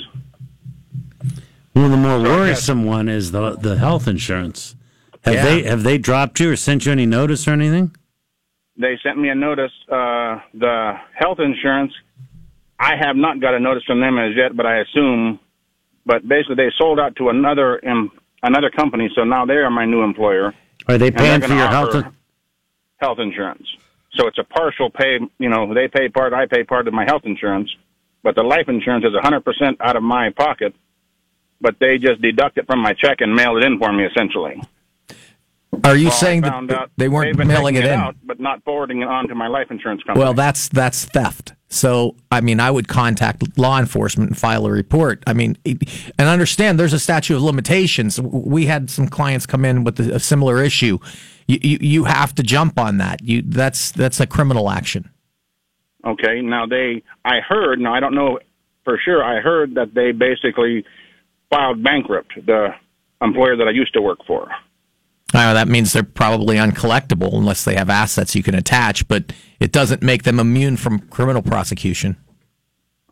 Speaker 4: Well, the more worrisome one is the the health insurance. Have
Speaker 2: Yeah.
Speaker 4: they have they dropped you or sent you any notice or anything?
Speaker 8: They sent me a notice. Uh, the health insurance, I have not got a notice from them as yet, but I assume. But basically, they sold out to another um, another company, so now they are my new employer.
Speaker 4: Are they
Speaker 8: they're
Speaker 4: paying for
Speaker 8: gonna
Speaker 4: your health?
Speaker 8: offer- Health insurance. So it's a partial pay. You know, they pay part, I pay part of my health insurance, but the life insurance is 100% out of my pocket. But they just deduct it from my check and mail it in for me, essentially.
Speaker 2: Are you
Speaker 8: Well, I
Speaker 2: saying that
Speaker 8: found out
Speaker 2: they
Speaker 8: they've
Speaker 2: weren't
Speaker 8: been
Speaker 2: mailing it
Speaker 8: taking
Speaker 2: in?
Speaker 8: out, but not forwarding it on to my life insurance company.
Speaker 2: Well, that's that's theft. So, I mean, I would contact law enforcement and file a report. I mean, it- and understand there's a statute of limitations. W- We had some clients come in with a a similar issue. You, you you have to jump on that. You that's that's a criminal action.
Speaker 8: Okay. Now they, I heard. Now I don't know for sure. I heard that they basically filed bankrupt the employer that I used to work for.
Speaker 2: Now, that means they're probably uncollectible unless they have assets you can attach, but it doesn't make them immune from criminal prosecution.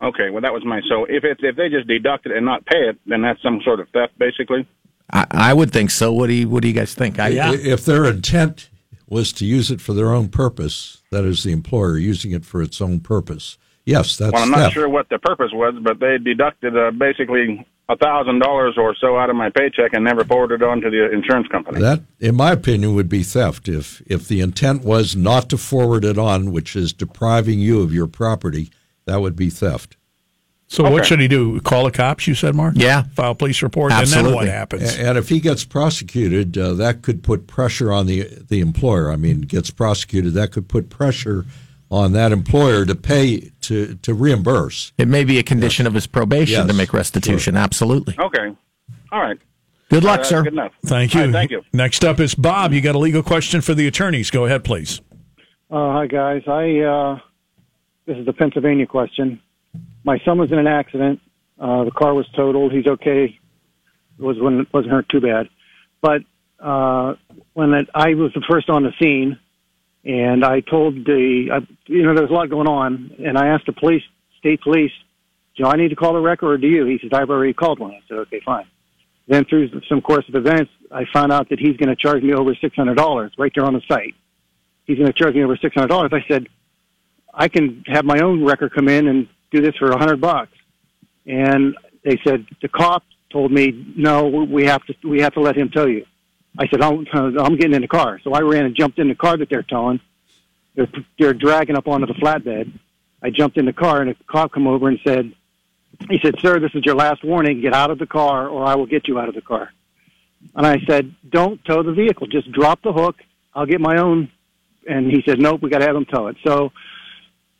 Speaker 8: Okay. Well, that was my. So if it's if they just deduct it and not pay it, then that's some sort of theft, basically.
Speaker 2: I, I would think so. What do you What do you guys think? I,
Speaker 3: I- If their intent was to use it for their own purpose, that is the employer using it for its own purpose. Yes, that's
Speaker 8: Well, I'm not
Speaker 3: theft.
Speaker 8: sure what the purpose was, but they deducted uh, basically a thousand dollars or so out of my paycheck and never forwarded it on to the insurance company.
Speaker 3: That, in my opinion, would be theft. If if the intent was not to forward it on, which is depriving you of your property, that would be theft.
Speaker 1: So, what should he do? Call the cops? You said, Mark.
Speaker 2: Yeah.
Speaker 1: File police report, and then what
Speaker 2: Absolutely.
Speaker 1: happens?
Speaker 3: A- And if he gets prosecuted, uh, that could put pressure on the the employer. I mean, gets prosecuted, that could put pressure on that employer to pay to to reimburse.
Speaker 2: it may be a condition of his probation to
Speaker 3: Yes,
Speaker 2: make restitution. Absolutely.
Speaker 8: Okay. All right.
Speaker 2: Good luck,
Speaker 8: Uh,
Speaker 2: sir.
Speaker 8: Good enough.
Speaker 1: Thank you.
Speaker 8: All right, thank you.
Speaker 1: Next up is Bob. You got a legal question for the attorneys? Go ahead, please.
Speaker 9: Uh, hi guys. I uh, this is the Pennsylvania question. My son was in an accident. Uh, the car was totaled. He's okay. It was when it wasn't hurt too bad. But uh, when it, I was the first on the scene, and I told the I, you know there was a lot going on, and I asked the police, state police, do I need to call the wrecker or do you? He says I've already called one. I said okay, fine. Then through some course of events, I found out that he's going to charge me over six hundred dollars right there on the site he's going to charge me over six hundred dollars. I said, I can have my own wrecker come in and do this for a hundred bucks. And they said the cop told me, no, we have to we have to let him tow you. I said, I'm, I'm getting in the car. So I ran and jumped in the car that they're towing. They're, they're dragging up onto the flatbed. I jumped in the car, and a cop come over and said, he said, sir, this is your last warning. Get out of the car, or I will get you out of the car. And I said, don't tow the vehicle. Just drop the hook. I'll get my own and he said, "Nope, we got to have them tow it." So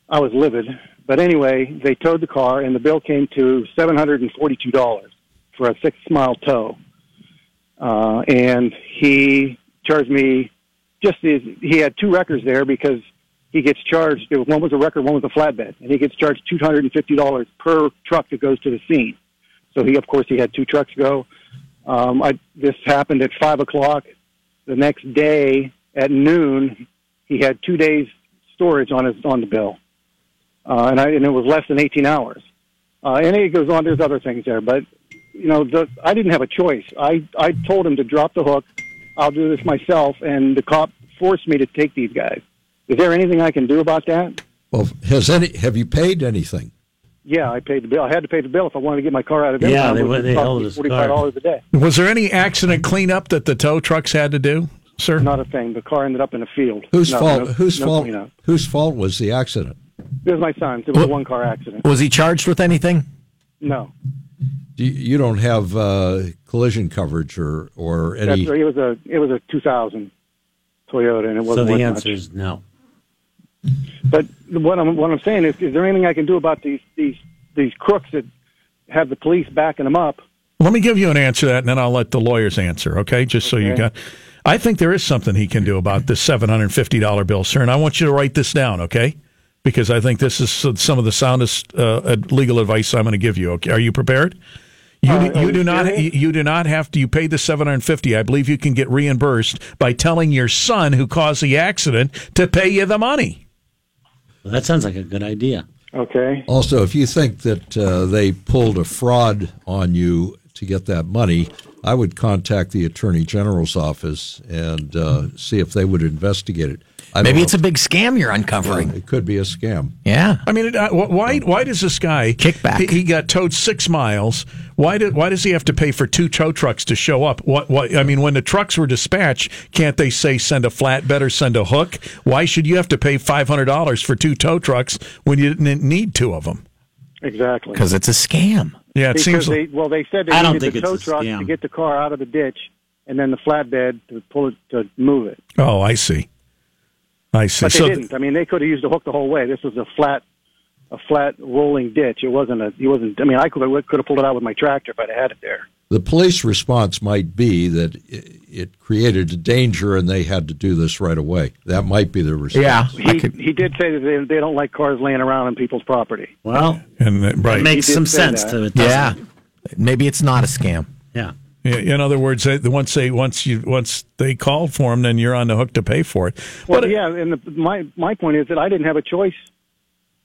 Speaker 9: I was livid. But anyway, they towed the car, and the bill came to seven hundred and forty-two dollars for a six-mile tow. Uh, and he charged me just his, he had two records there because he gets charged. There was one was a record, one was a flatbed, and he gets charged two hundred and fifty dollars per truck that goes to the scene. So he, of course, he had two trucks go. Um, I, this happened at five o'clock the next day at noon, he had two days storage on his on the bill, uh, and I and it was less than 18 hours. Uh, and it goes on. There's other things there, but you know, the, I didn't have a choice. I I told him to drop the hook. I'll do this myself, and the cop forced me to take these guys. Is there anything I can do about that?
Speaker 3: Well, has any have you paid anything?
Speaker 9: yeah, I paid the bill. I had to pay the bill if I wanted to get my car out of there.
Speaker 4: Yeah, they-
Speaker 9: It would
Speaker 4: they
Speaker 9: cost
Speaker 4: held
Speaker 9: me
Speaker 4: us
Speaker 9: forty-five dollars a day.
Speaker 1: Was there any accident cleanup that the tow trucks had to do, sir?
Speaker 9: Not a thing. The car ended up in a field.
Speaker 3: Whose
Speaker 9: No,
Speaker 3: fault?
Speaker 9: no-
Speaker 3: whose
Speaker 9: no
Speaker 3: fault?
Speaker 9: cleanup.
Speaker 3: Whose fault was the accident?
Speaker 9: It was my son's. It was a
Speaker 2: What-
Speaker 9: one-car accident.
Speaker 2: Was he charged with anything?
Speaker 9: No,
Speaker 3: You, you don't have uh, collision coverage or or
Speaker 9: that's,
Speaker 3: any.
Speaker 9: it was a it was a 2000 Toyota, and it
Speaker 4: So
Speaker 9: wasn't
Speaker 4: the
Speaker 9: worth
Speaker 4: answer
Speaker 9: much.
Speaker 4: is no.
Speaker 9: But what I'm what I'm saying is, is there anything I can do about these these these crooks that have the police backing them up?
Speaker 1: Let me give you an answer to that, and then I'll let the lawyers answer. Okay, just so you got. I think there is something he can do about this seven hundred fifty dollar bill, sir, and I want you to write this down, okay? Because I think this is so- some of the soundest uh, ad- legal advice I'm going to give you. Okay, are you prepared? You,
Speaker 9: Uh, are
Speaker 1: you
Speaker 9: we
Speaker 1: do not you,
Speaker 9: serious?
Speaker 1: you do not have to. You pay the seven hundred fifty. I believe you can get reimbursed by telling your son who caused the accident to pay you the money.
Speaker 4: Well, that sounds like a good idea.
Speaker 9: Okay,
Speaker 3: Also, if you think that uh, they pulled a fraud on you to get that money, I would contact the Attorney General's office and uh, see if they would investigate it. I
Speaker 2: Maybe
Speaker 3: don't
Speaker 2: it's a big scam you're uncovering.
Speaker 3: know. it could be a scam.
Speaker 2: Yeah.
Speaker 1: I mean, it- uh, wh- why why does this guy
Speaker 2: Oh. Kickback.
Speaker 1: He, he got towed six miles. Why did why does he have to pay for two tow trucks to show up? What what I mean, when the trucks were dispatched, can't they say send a flatbed or send a hook? Why should you have to pay five hundred dollars for two tow trucks when you didn't need two of them?
Speaker 9: exactly.
Speaker 2: Because it's a scam.
Speaker 1: Yeah, it
Speaker 9: Because
Speaker 1: seems.
Speaker 9: they well, they said they
Speaker 4: I don't
Speaker 9: needed the
Speaker 4: think it's
Speaker 9: tow
Speaker 4: a
Speaker 9: truck
Speaker 4: scam.
Speaker 9: to get the car out of the ditch, and then the flatbed to pull it to move it.
Speaker 1: oh, I see. I see.
Speaker 9: But they
Speaker 1: so
Speaker 9: didn't. I mean, they could have used a hook the whole way. This was a flat, a flat rolling ditch. It wasn't a. It wasn't. I mean, I could have could have pulled it out with my tractor if I'd had it there.
Speaker 3: The police response might be that it, it created a danger and they had to do this right away. That might be the response.
Speaker 2: I
Speaker 9: He
Speaker 2: could-
Speaker 9: he did say that they, they don't like cars laying around on people's property.
Speaker 4: Well,
Speaker 1: and uh,
Speaker 4: it
Speaker 1: right.
Speaker 4: makes
Speaker 9: He did
Speaker 4: some
Speaker 9: say
Speaker 4: sense
Speaker 9: that.
Speaker 4: to it. doesn't
Speaker 2: yeah. Maybe it's not a scam.
Speaker 4: it? Yeah.
Speaker 1: Yeah, in other words, they, once they once you once they call for him, then you're on the hook to pay for it.
Speaker 9: Well,
Speaker 1: But it-
Speaker 9: yeah, and the, my my point is that I didn't have a choice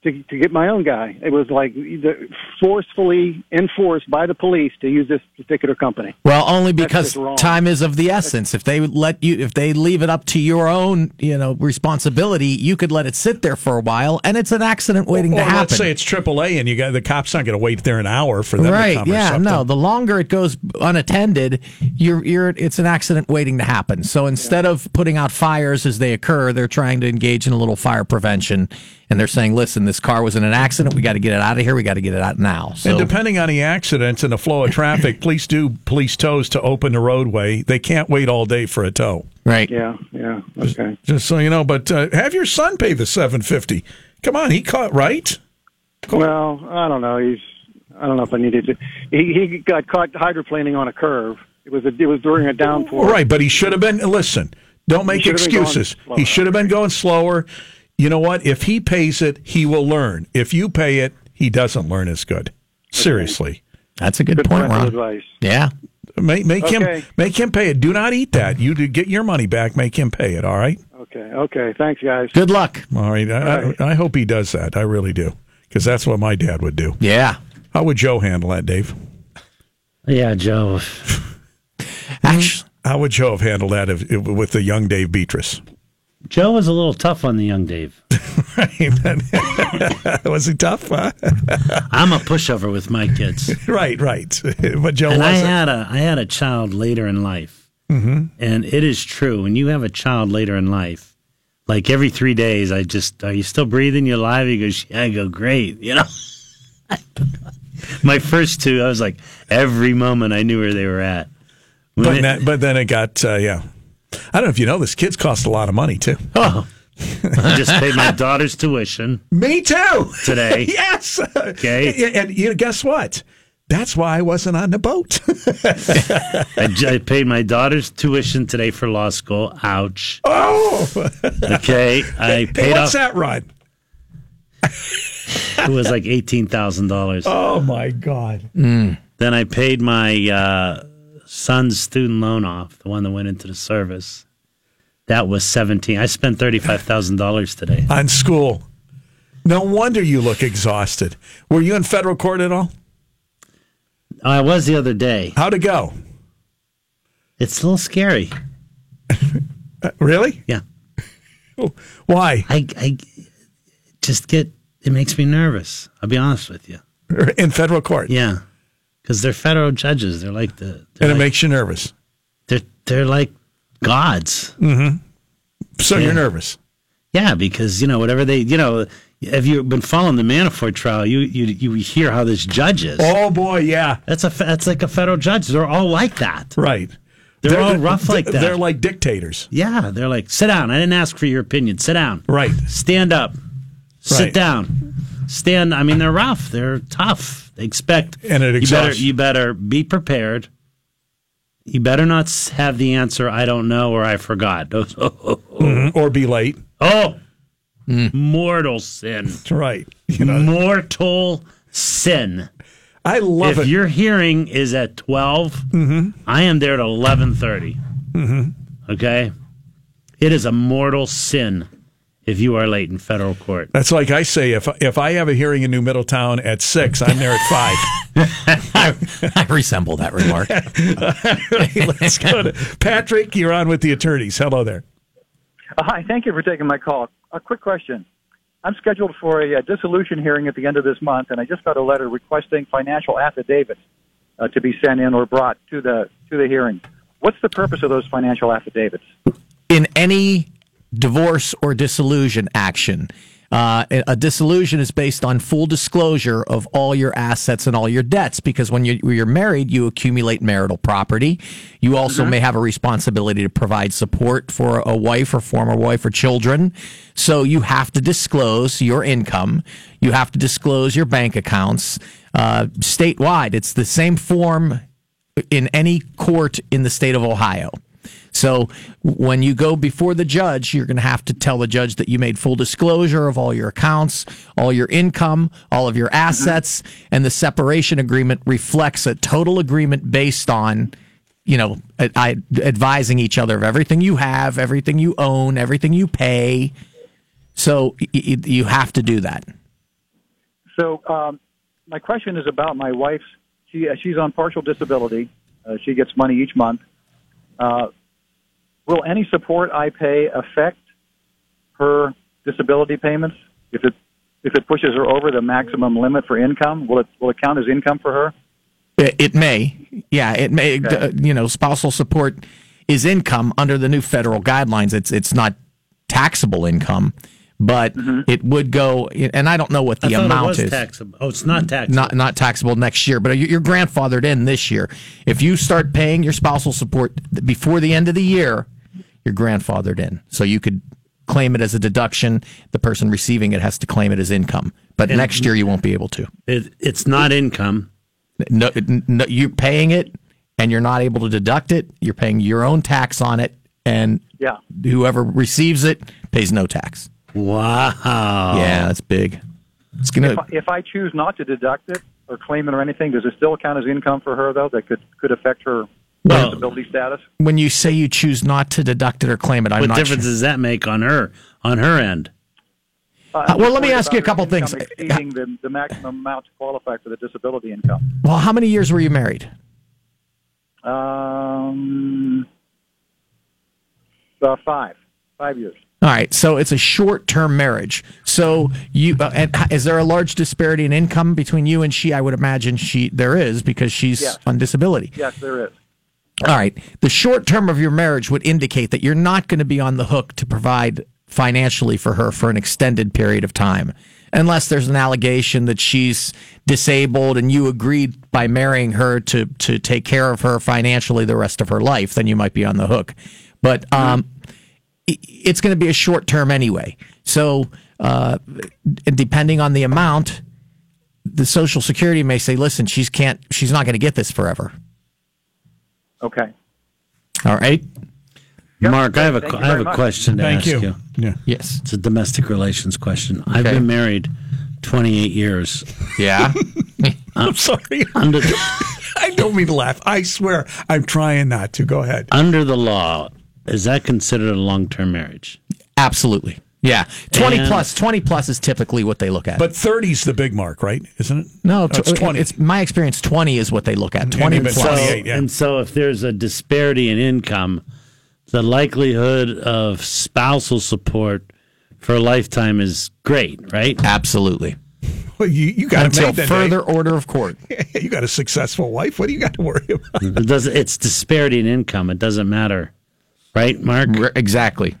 Speaker 9: to to get my own guy. It was like either forcefully enforced by the police to use this particular company.
Speaker 2: Well, only
Speaker 9: That's
Speaker 2: because
Speaker 9: just wrong.
Speaker 2: time is of the essence. If they would let you, if they leave it up to your own, you know, responsibility, you could let it sit there for a while, and it's an accident waiting
Speaker 1: Or
Speaker 2: to happen.
Speaker 1: let's say it's AAA, and you got the cops not going to wait there an hour for them to
Speaker 2: right?
Speaker 1: come. or
Speaker 2: Yeah.
Speaker 1: something.
Speaker 2: No. The longer it goes unattended, you're you're it's an accident waiting to happen. So instead of putting out fires as they occur, they're trying to engage in a little fire prevention, and they're saying, "Listen, this car was in an accident. We got to get it out of here. We got to get it out now." So
Speaker 1: And depending on the accidents and the flow of
Speaker 2: *laughs*
Speaker 1: traffic, police do police tows to open the roadway. They can't wait all day for a tow.
Speaker 2: right.
Speaker 9: Yeah, yeah, okay.
Speaker 1: Just so you know, but uh, have your son pay the seven fifty. Come on, he caught right.
Speaker 9: Well, I don't know. He's I don't know if I needed to. He he got caught hydroplaning on a curve. It was a, it was during a downpour.
Speaker 1: Right, but he should have been. Listen, don't make
Speaker 9: should have been going
Speaker 1: excuses.
Speaker 9: slower.
Speaker 1: He should have been going slower. You know what? If he pays it, he will learn. If you pay it, he doesn't learn as good. Seriously,
Speaker 2: That's a good,
Speaker 9: Good
Speaker 2: point,
Speaker 9: parental
Speaker 2: Ron.
Speaker 9: advice.
Speaker 2: Yeah.
Speaker 1: make make him
Speaker 9: Okay.
Speaker 1: make him pay it. Do not eat that. You do get your money back. Make him pay it. All right.
Speaker 9: Okay, okay. Thanks, guys.
Speaker 2: Good luck.
Speaker 1: All right. I, I, I hope he does that. I really do. Because that's what my dad would do.
Speaker 2: Yeah.
Speaker 1: How would Joe handle that, Dave?
Speaker 4: Yeah, Joe.
Speaker 2: Actually,
Speaker 1: How would Joe have handled that if, if- with the young Dave Beatrice?
Speaker 4: Joe was a little tough on the young Dave.
Speaker 1: Right. *laughs* Was he tough? Huh?
Speaker 4: *laughs* I'm a pushover with my kids.
Speaker 1: Right, right. But *laughs* Joe
Speaker 4: and I
Speaker 1: wasn't.
Speaker 4: had a I had a child later in life, mm-hmm. and it is true. When you have a child later in life, like every three days, I just are you still breathing? You alive? He goes, yeah. I go, great. *laughs* You know, my first two, I was like, every moment I knew where they were at. When
Speaker 1: but,
Speaker 4: it-
Speaker 1: that- but then it got, uh, yeah. I don't know if you know this. Kids cost a lot of money, too.
Speaker 4: oh, *laughs* I just paid my daughter's
Speaker 1: *laughs*
Speaker 4: tuition
Speaker 1: Me, too.
Speaker 4: today.
Speaker 1: *laughs* yes.
Speaker 4: Okay.
Speaker 1: And, you know, guess what? That's why I wasn't on the boat. *laughs*
Speaker 4: I, j- I paid my daughter's tuition today for law school. Ouch.
Speaker 1: oh.
Speaker 4: *laughs* Okay, I
Speaker 1: Hey,
Speaker 4: paid off.
Speaker 1: what's that run?
Speaker 4: It was like eighteen thousand dollars.
Speaker 1: *laughs* Oh, my God.
Speaker 4: Then I paid my uh, son's student loan off, the one that went into the service. That was seventeen. I spent thirty five thousand dollars today.
Speaker 1: on school. No wonder you look exhausted. Were you in federal court at all?
Speaker 4: I was the other day.
Speaker 1: How'd it go?
Speaker 4: It's a little scary.
Speaker 1: Uh, *laughs* really?
Speaker 4: Yeah,
Speaker 1: Why?
Speaker 4: I, I just get it makes me nervous. I'll be honest with you.
Speaker 1: *laughs* in federal court.
Speaker 4: Yeah, because they're federal judges. They're like the they're
Speaker 1: And it
Speaker 4: like,
Speaker 1: makes you nervous.
Speaker 4: they're, they're like gods.
Speaker 1: So you're nervous.
Speaker 4: Yeah, because you know whatever they you know if you've been following the Manafort trial, you you you hear how this judge is.
Speaker 1: Oh, boy, yeah.
Speaker 4: That's a fe- that's like a federal judge. They're all like that.
Speaker 1: Right.
Speaker 4: They're all rough like that.
Speaker 1: They're like dictators.
Speaker 4: Yeah, they're like sit down. I didn't ask for your opinion. Sit down.
Speaker 1: Right.
Speaker 4: Stand up.
Speaker 1: Right.
Speaker 4: Sit down. Stand. I mean, they're rough. They're tough. They expect.
Speaker 1: And it
Speaker 4: you better
Speaker 1: exhausts-
Speaker 4: you better be prepared. You better not s- have the answer. I don't know or I forgot. *laughs* Oh,
Speaker 1: Mm-hmm. Or be late.
Speaker 4: mortal sin.
Speaker 1: Right. You know,
Speaker 4: Mortal sin.
Speaker 1: I
Speaker 4: if
Speaker 1: love it.
Speaker 4: your hearing is at 12
Speaker 1: Mm-hmm.
Speaker 4: I am there at eleven Okay, it is a mortal sin if you are late in federal court.
Speaker 1: That's like I say if if I have a hearing in New Middletown at six, I'm there at five.
Speaker 4: *laughs*
Speaker 2: I, I resemble that remark.
Speaker 1: *laughs* Let's go to Patrick. You're on with the attorneys. Hello there. *laughs*
Speaker 10: Uh, Hi, thank you for taking my call. A quick question. I'm scheduled for a, uh dissolution hearing at the end of this month, and I just got a letter requesting financial affidavits uh, to be sent in or brought to the to the hearing. What's the purpose of those financial affidavits?
Speaker 2: in any divorce or dissolution action. Uh, a dissolution is based on full disclosure of all your assets and all your debts because when, you, when you're married, you accumulate marital property. You also may have a responsibility to provide support for a wife or former wife or children. So you have to disclose your income. You have to disclose your bank accounts. Uh, statewide, it's the same form in any court in the state of Ohio. So when you go before the judge, you're going to have to tell the judge that you made full disclosure of all your accounts, all your income, all of your assets, and the separation agreement reflects a total agreement based on, you know, I, I- advising each other of everything you have, everything you own, everything you pay. So y- y- you have to do that.
Speaker 10: So, um, my question is about my wife's. She uh, she's on partial disability. Uh, she gets money each month. Uh, will any support I pay affect her disability payments? If it if it pushes her over the maximum limit for income, will it will it count as income for her?
Speaker 2: Uh, It, it may. Yeah, it may. uh, You know, spousal support is income under the new federal guidelines. It's it's not taxable income, but it would go. And I don't know what
Speaker 4: Mm-hmm. I
Speaker 2: the
Speaker 4: thought
Speaker 2: amount
Speaker 4: it was
Speaker 2: is.
Speaker 4: taxable. Oh, it's not taxable.
Speaker 2: Not not taxable next year, but you- you're grandfathered in this year. If you start paying your spousal support before the end of the year, you're grandfathered in. So you could claim it as a deduction. The person receiving it has to claim it as income, but next year you won't be able to.
Speaker 4: It, it's not income.
Speaker 2: No, n- no, you're paying it, and you're not able to deduct it. You're paying your own tax on it, and
Speaker 10: Yeah.
Speaker 2: whoever receives it pays no tax.
Speaker 4: Wow.
Speaker 2: Yeah, that's big. It's gonna.
Speaker 10: If I, if I choose not to deduct it or claim it or anything, does it still count as income for her though? That could could affect her
Speaker 4: Well-
Speaker 10: disability status.
Speaker 2: when you say you choose not to deduct it or claim it, I'm
Speaker 4: What
Speaker 2: not
Speaker 4: difference
Speaker 2: sure.
Speaker 4: does that make on her on her end?
Speaker 10: Uh,
Speaker 2: well, let me
Speaker 10: worried
Speaker 2: ask you
Speaker 10: about her
Speaker 2: a couple things.
Speaker 10: income Exceeding the, the maximum amount to qualify for the disability income.
Speaker 2: Well, how many years were you married?
Speaker 10: Um, uh, five, five years.
Speaker 2: All right, so it's a short-term marriage. So you uh, and h- is there a large disparity in income between you and she? I would imagine she there is because she's
Speaker 10: Yes.
Speaker 2: on disability.
Speaker 10: Yes, there is.
Speaker 2: All right. The short term of your marriage would indicate that you're not going to be on the hook to provide financially for her for an extended period of time, unless there's an allegation that she's disabled and you agreed by marrying her to, to take care of her financially the rest of her life, then you might be on the hook. But um, i- it's going to be a short term anyway. So, uh, d- depending on the amount, the Social Security may say, "Listen, she's can't, she's not going to get this forever."
Speaker 10: Okay.
Speaker 2: All right.
Speaker 4: Mark, I have
Speaker 10: Thank
Speaker 4: a
Speaker 10: you
Speaker 4: I have
Speaker 10: very
Speaker 4: a
Speaker 10: much.
Speaker 4: question to
Speaker 1: Thank
Speaker 4: ask
Speaker 1: you.
Speaker 4: you.
Speaker 1: Yeah.
Speaker 2: Yes.
Speaker 4: It's a domestic relations question. I've
Speaker 2: Okay.
Speaker 4: been married 28 years. *laughs* Uh,
Speaker 2: Yeah.
Speaker 1: I'm sorry.
Speaker 4: Under
Speaker 1: I don't mean to laugh. I swear I'm trying not to. Go ahead.
Speaker 4: under the law, is that considered a long-term marriage?
Speaker 2: Absolutely. Yeah. 20
Speaker 4: And-
Speaker 2: plus- 20 plus is typically what they look at.
Speaker 1: But 30's the big mark, right? Isn't it? Oh,
Speaker 2: no,
Speaker 1: it's 20.
Speaker 2: It's my experience 20 is what they look at. 20
Speaker 1: even
Speaker 2: plus.
Speaker 1: 28. yeah.
Speaker 4: And so, if there's a disparity in income, the likelihood of spousal support for a lifetime is great, right?
Speaker 2: Absolutely.
Speaker 1: Well, you, you got it
Speaker 2: until
Speaker 1: made that
Speaker 2: further order of court.
Speaker 1: day. *laughs* you got a successful wife. What do you got to worry about?
Speaker 4: It does, it's disparity in income. It doesn't matter. Right, Mark?
Speaker 2: R- exactly.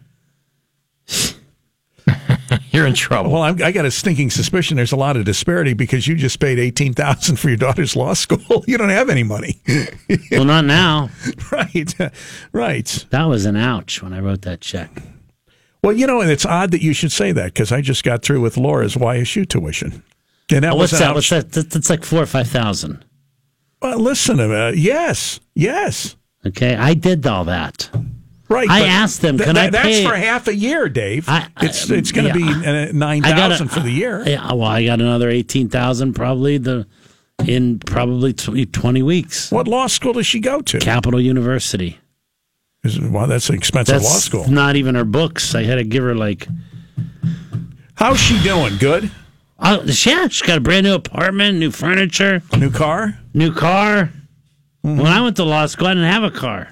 Speaker 2: You're in trouble.
Speaker 1: Well, I'm, I got a stinking suspicion there's a lot of disparity because you just paid eighteen thousand for your daughter's law school. *laughs* You don't have any money,
Speaker 4: Well, not now.
Speaker 1: *laughs* right? Right.
Speaker 4: That was an ouch when I wrote that check.
Speaker 1: Well, you know, and it's odd that you should say that because I just got through with Laura's YSU tuition, and that
Speaker 4: Oh, what's
Speaker 1: was
Speaker 4: that? What's that? That- That's like four or five thousand.
Speaker 1: Well, listen, uh, yes, yes,
Speaker 4: Okay, I did all that.
Speaker 1: right.
Speaker 4: I
Speaker 1: but
Speaker 4: asked them, "Can I
Speaker 1: That's
Speaker 4: pay-"
Speaker 1: for half a year, Dave.
Speaker 4: I- I-
Speaker 1: it's it's going to
Speaker 4: yeah.
Speaker 1: be uh, nine
Speaker 4: I got
Speaker 1: thousand for the year.
Speaker 4: Yeah, well, I got another eighteen thousand probably the in probably tw- twenty weeks.
Speaker 1: what law school does she go to?
Speaker 4: Capital University.
Speaker 1: Is- Wow, that's an expensive
Speaker 4: That's
Speaker 1: law school.
Speaker 4: not even her books. I had to give her like.
Speaker 1: How's she doing? Good.
Speaker 4: Oh, yeah, she's got a brand new apartment, new furniture,
Speaker 1: New car. Hmm.
Speaker 4: new car. When I went to law school, I didn't have a car.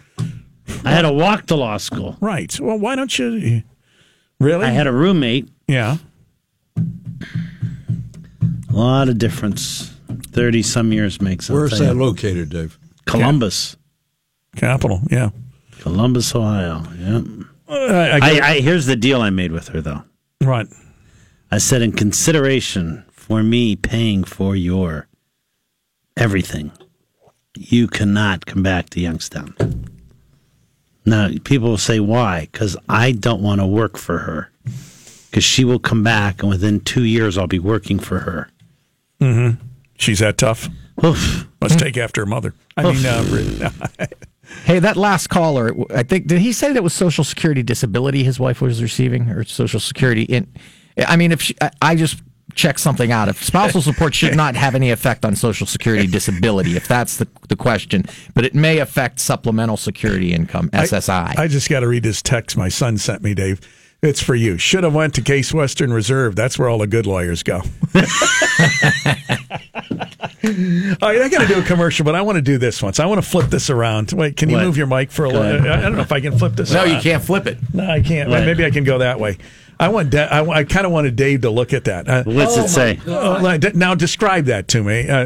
Speaker 4: I had to walk to law school.
Speaker 1: Right. Well, why don't you? Really?
Speaker 4: I had a roommate.
Speaker 1: yeah.
Speaker 4: A lot of difference. Thirty some years makes. I'll
Speaker 3: Where's
Speaker 4: tell
Speaker 3: that
Speaker 4: you.
Speaker 3: located, Dave?
Speaker 4: Columbus,
Speaker 1: Capital. Yeah.
Speaker 4: Columbus, Ohio. Yeah.
Speaker 1: Uh, I,
Speaker 4: I, I here's the deal I made with her though.
Speaker 1: right.
Speaker 4: I said in consideration for me paying for your everything, you cannot come back to Youngstown. Now people will say why? Because I don't want to work for her. Because she will come back, and within two years I'll be working for her.
Speaker 1: She's that tough.
Speaker 4: Oof.
Speaker 1: Mm-hmm. Let's take after her mother. I mean, uh,
Speaker 2: *laughs* Hey, that last caller, I think, did he say that was Social Security disability his wife was receiving or Social Security? In, I mean, if she, I- I just checked something out, if spousal support should not have any effect on Social Security disability, if that's the, the question, but it may affect supplemental security income, SSI.
Speaker 1: I just got to read this text my son sent me, Dave. It's for you. Should have went to Case Western Reserve. That's where all the good lawyers
Speaker 4: *laughs*
Speaker 1: go. all right, I got to do a commercial, but I want to do this once. I want to flip this around. Wait, can you
Speaker 4: What?
Speaker 1: move your mic for a little?
Speaker 4: ahead.
Speaker 1: I don't know if I can flip this.
Speaker 2: no,
Speaker 1: around.
Speaker 2: you can't flip it.
Speaker 1: No, I can't.
Speaker 4: Right. *laughs*
Speaker 1: Maybe I can go that way. I want. Da- I, I kind of wanted Dave to look at that. Uh,
Speaker 4: What's
Speaker 2: Oh
Speaker 4: it say?
Speaker 1: uh, like, d- now describe that to me. Uh, uh,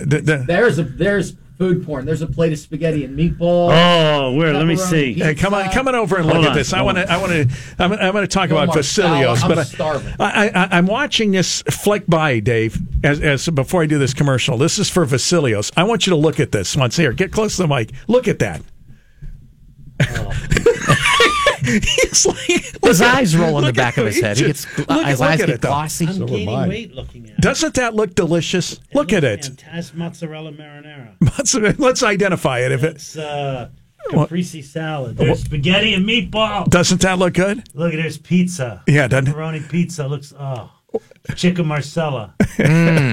Speaker 1: uh, d- d-
Speaker 2: There's a there's food porn. There's a plate of spaghetti and meatball.
Speaker 4: Oh, where? Let me
Speaker 2: Pepperoni
Speaker 4: see.
Speaker 1: Hey, come on,
Speaker 2: Pizza.
Speaker 1: come on over and
Speaker 4: Hold
Speaker 1: look at
Speaker 4: on,
Speaker 1: this. I
Speaker 4: hold
Speaker 1: want to, I want to, I'm, I'm going to talk about
Speaker 2: Omar,
Speaker 1: Vasilios,
Speaker 2: I'm
Speaker 1: but
Speaker 2: starving.
Speaker 1: I, I, I, I'm watching this flick by, Dave. As, as before I do this commercial, this is for Vasilios. I want you to look at this once here. Get close to the mic. Look at that.
Speaker 2: Oh.
Speaker 1: *laughs* He's like,
Speaker 2: His
Speaker 1: look at-
Speaker 2: eyes roll in the
Speaker 1: look at-
Speaker 2: back of his head. He
Speaker 1: just-
Speaker 2: gets
Speaker 1: look at-
Speaker 2: his
Speaker 1: look
Speaker 2: eyes
Speaker 1: at
Speaker 2: get
Speaker 1: it, though.
Speaker 2: glossy.
Speaker 3: mine.
Speaker 4: weight looking at.
Speaker 1: Doesn't that look delicious? Look at it.
Speaker 4: Fantastic mozzarella marinara.
Speaker 1: Let's, let's identify it. If it
Speaker 4: It's uh, caprese salad. There's spaghetti and meatball.
Speaker 1: doesn't that look good?
Speaker 4: Look, there's pizza.
Speaker 1: Yeah, doesn't it?
Speaker 4: Pepperoni pizza looks oh, chicken
Speaker 1: *laughs*
Speaker 4: marcella Hmm.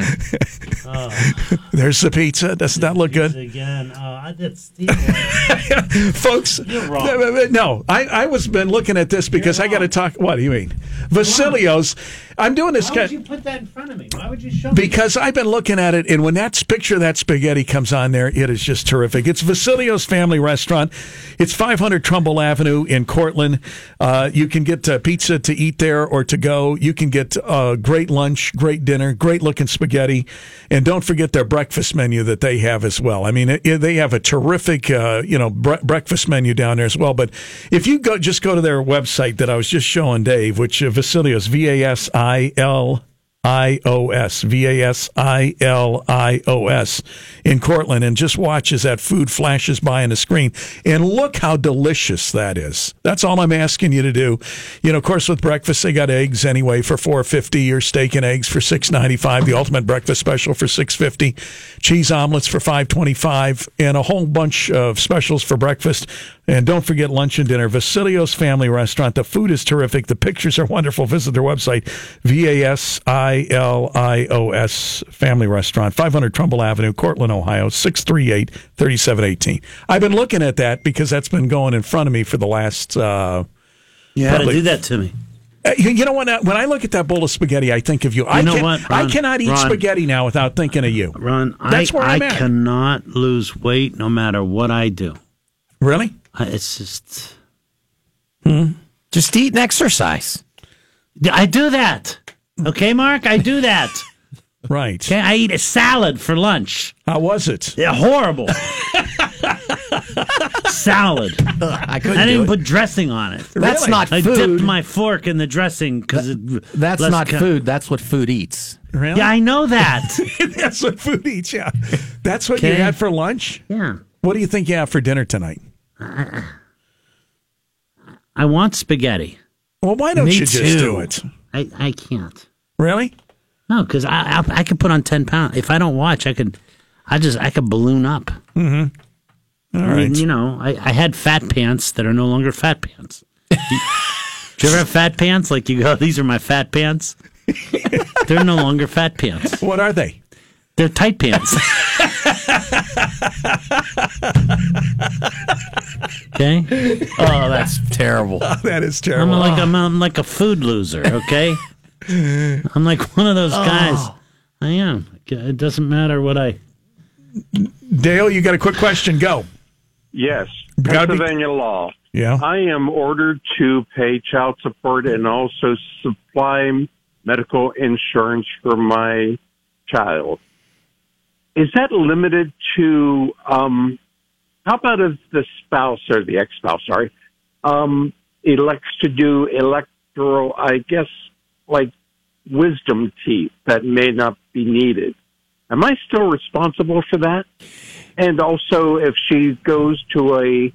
Speaker 1: Mm. There's the pizza. Doesn't that look good? *laughs*
Speaker 4: again. Oh, I did Steve.
Speaker 1: folks.
Speaker 4: wrong.
Speaker 1: no, No, no, I, I was been looking at this because I got to talk. What do you mean, Vasilios? I'm doing this kind-
Speaker 4: put that in front of me? Why would you show
Speaker 1: because I've been looking at it, and when that picture of that spaghetti comes on there, it is just terrific. It's Vasilios Family Restaurant. It's 500 Trumbull Avenue in Cortland. Uh, you can get uh, pizza to eat there or to go. You can get uh, great lunch, great dinner, great looking spaghetti, and don't forget their breakfast menu that they have as well. I mean, it, it- they have a terrific uh, you know bre- breakfast menu down there as well. But if you go, just go to their website that I was just showing Dave, which uh, Vasilios V A S I L I O S V A S I L I O S in Cortland, and just watch as that food flashes by on the screen. And look how delicious that is. That's all I'm asking you to do. You know, of course, with breakfast they got eggs anyway for four fifty, your steak and eggs for six ninety five, the ultimate breakfast special for six fifty, cheese omelets for five twenty five, and a whole bunch of specials for breakfast. And don't forget lunch and dinner. Vasilios Family Restaurant. The food is terrific. The pictures are wonderful. Visit their website, V A S I L I O S Family Restaurant, 500 Trumbull Avenue, Cortland, Ohio, 638 3718. I've been looking at that because that's been going in front of me for the last. Uh,
Speaker 4: You had to
Speaker 1: Probably-
Speaker 4: do that to me.
Speaker 1: uh, you, you know what? uh, When I look at that bowl of spaghetti, I think of you. I,
Speaker 4: know
Speaker 1: can,
Speaker 4: what,
Speaker 1: I
Speaker 4: Ron?
Speaker 1: cannot eat
Speaker 4: Ron.
Speaker 1: spaghetti *laughs* now without thinking of you.
Speaker 4: Ron,
Speaker 1: That's
Speaker 4: I,
Speaker 1: where
Speaker 4: I
Speaker 1: I'm at.
Speaker 4: cannot lose weight no matter what I do.
Speaker 1: Really? Hmm?
Speaker 4: I, it's just
Speaker 2: Just eat and exercise.
Speaker 4: I do that. Okay, Mark, I do that.
Speaker 1: *laughs* Right.
Speaker 4: Okay, I eat a salad for lunch.
Speaker 1: How was it?
Speaker 4: Yeah,
Speaker 1: *laughs*
Speaker 4: horrible. salad.
Speaker 2: I couldn't.
Speaker 4: I
Speaker 2: do
Speaker 4: didn't
Speaker 2: it.
Speaker 4: put dressing on it.
Speaker 2: That's Really? not
Speaker 4: I
Speaker 2: food.
Speaker 4: dipped my fork in the dressing because
Speaker 2: That's not food. That's what food eats.
Speaker 1: Really?
Speaker 4: Yeah, I know that.
Speaker 1: That's *laughs* what food eats. Yeah. That's what you
Speaker 4: Okay.
Speaker 1: had for lunch.
Speaker 4: yeah,
Speaker 1: What do you think you have for dinner tonight?
Speaker 4: I want spaghetti.
Speaker 1: Well, why don't
Speaker 2: Me
Speaker 1: you just
Speaker 2: too.
Speaker 1: do it?
Speaker 4: I, I can't.
Speaker 1: Really?
Speaker 4: No, because I, I I could put on ten pounds if I don't watch. I could, I just I could balloon up.
Speaker 1: Mm-hmm. All
Speaker 4: I mean,
Speaker 1: right.
Speaker 4: you know, I, I had fat pants that are no longer fat pants. Do you ever have fat pants? Like you go, *laughs* these are my fat
Speaker 1: *laughs*
Speaker 4: pants. They're no longer fat pants.
Speaker 1: What are they?
Speaker 4: They're tight
Speaker 1: *laughs*
Speaker 4: pants. okay,
Speaker 2: Oh, that's terrible.
Speaker 1: *laughs* That is
Speaker 4: I'm
Speaker 1: terrible.
Speaker 4: like I'm, I'm like a food loser.
Speaker 1: *laughs*
Speaker 4: Okay, I'm like one of those
Speaker 2: Oh.
Speaker 4: guys. I am. It doesn't matter what I.
Speaker 1: Dale, you got a quick question. Go.
Speaker 9: Yes,
Speaker 1: Gotta be-
Speaker 9: Pennsylvania law.
Speaker 1: Yeah.
Speaker 9: I am ordered to pay child support and also supply medical insurance for my child. Is that limited to, um, how about if the spouse or the ex spouse, sorry, um, elects to do electoral, I guess, like wisdom teeth that may not be needed? Am I still responsible for that? And also, if she goes to a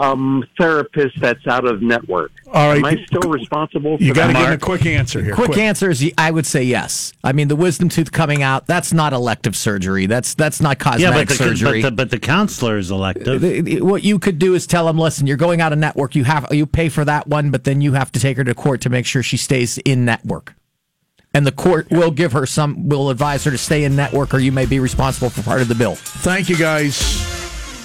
Speaker 9: um, therapist that's out of network.
Speaker 1: All right.
Speaker 9: Am I still responsible for
Speaker 1: You got to
Speaker 9: that?
Speaker 1: give me a quick answer here.
Speaker 2: Quick answer is I would say yes. I mean, the wisdom tooth coming out, that's not elective surgery. That's that's not
Speaker 4: Yeah,
Speaker 2: cosmetic
Speaker 4: but the,
Speaker 2: surgery.
Speaker 4: but the but the counselor is elective.
Speaker 2: The- the- what you could do is tell them, listen, you're going out of network. You have you pay for that one, but then you have to take her to court to make sure she stays in network. And the court will give her some, will advise her to stay in network, or you may be responsible for part of the bill.
Speaker 1: Thank you, guys.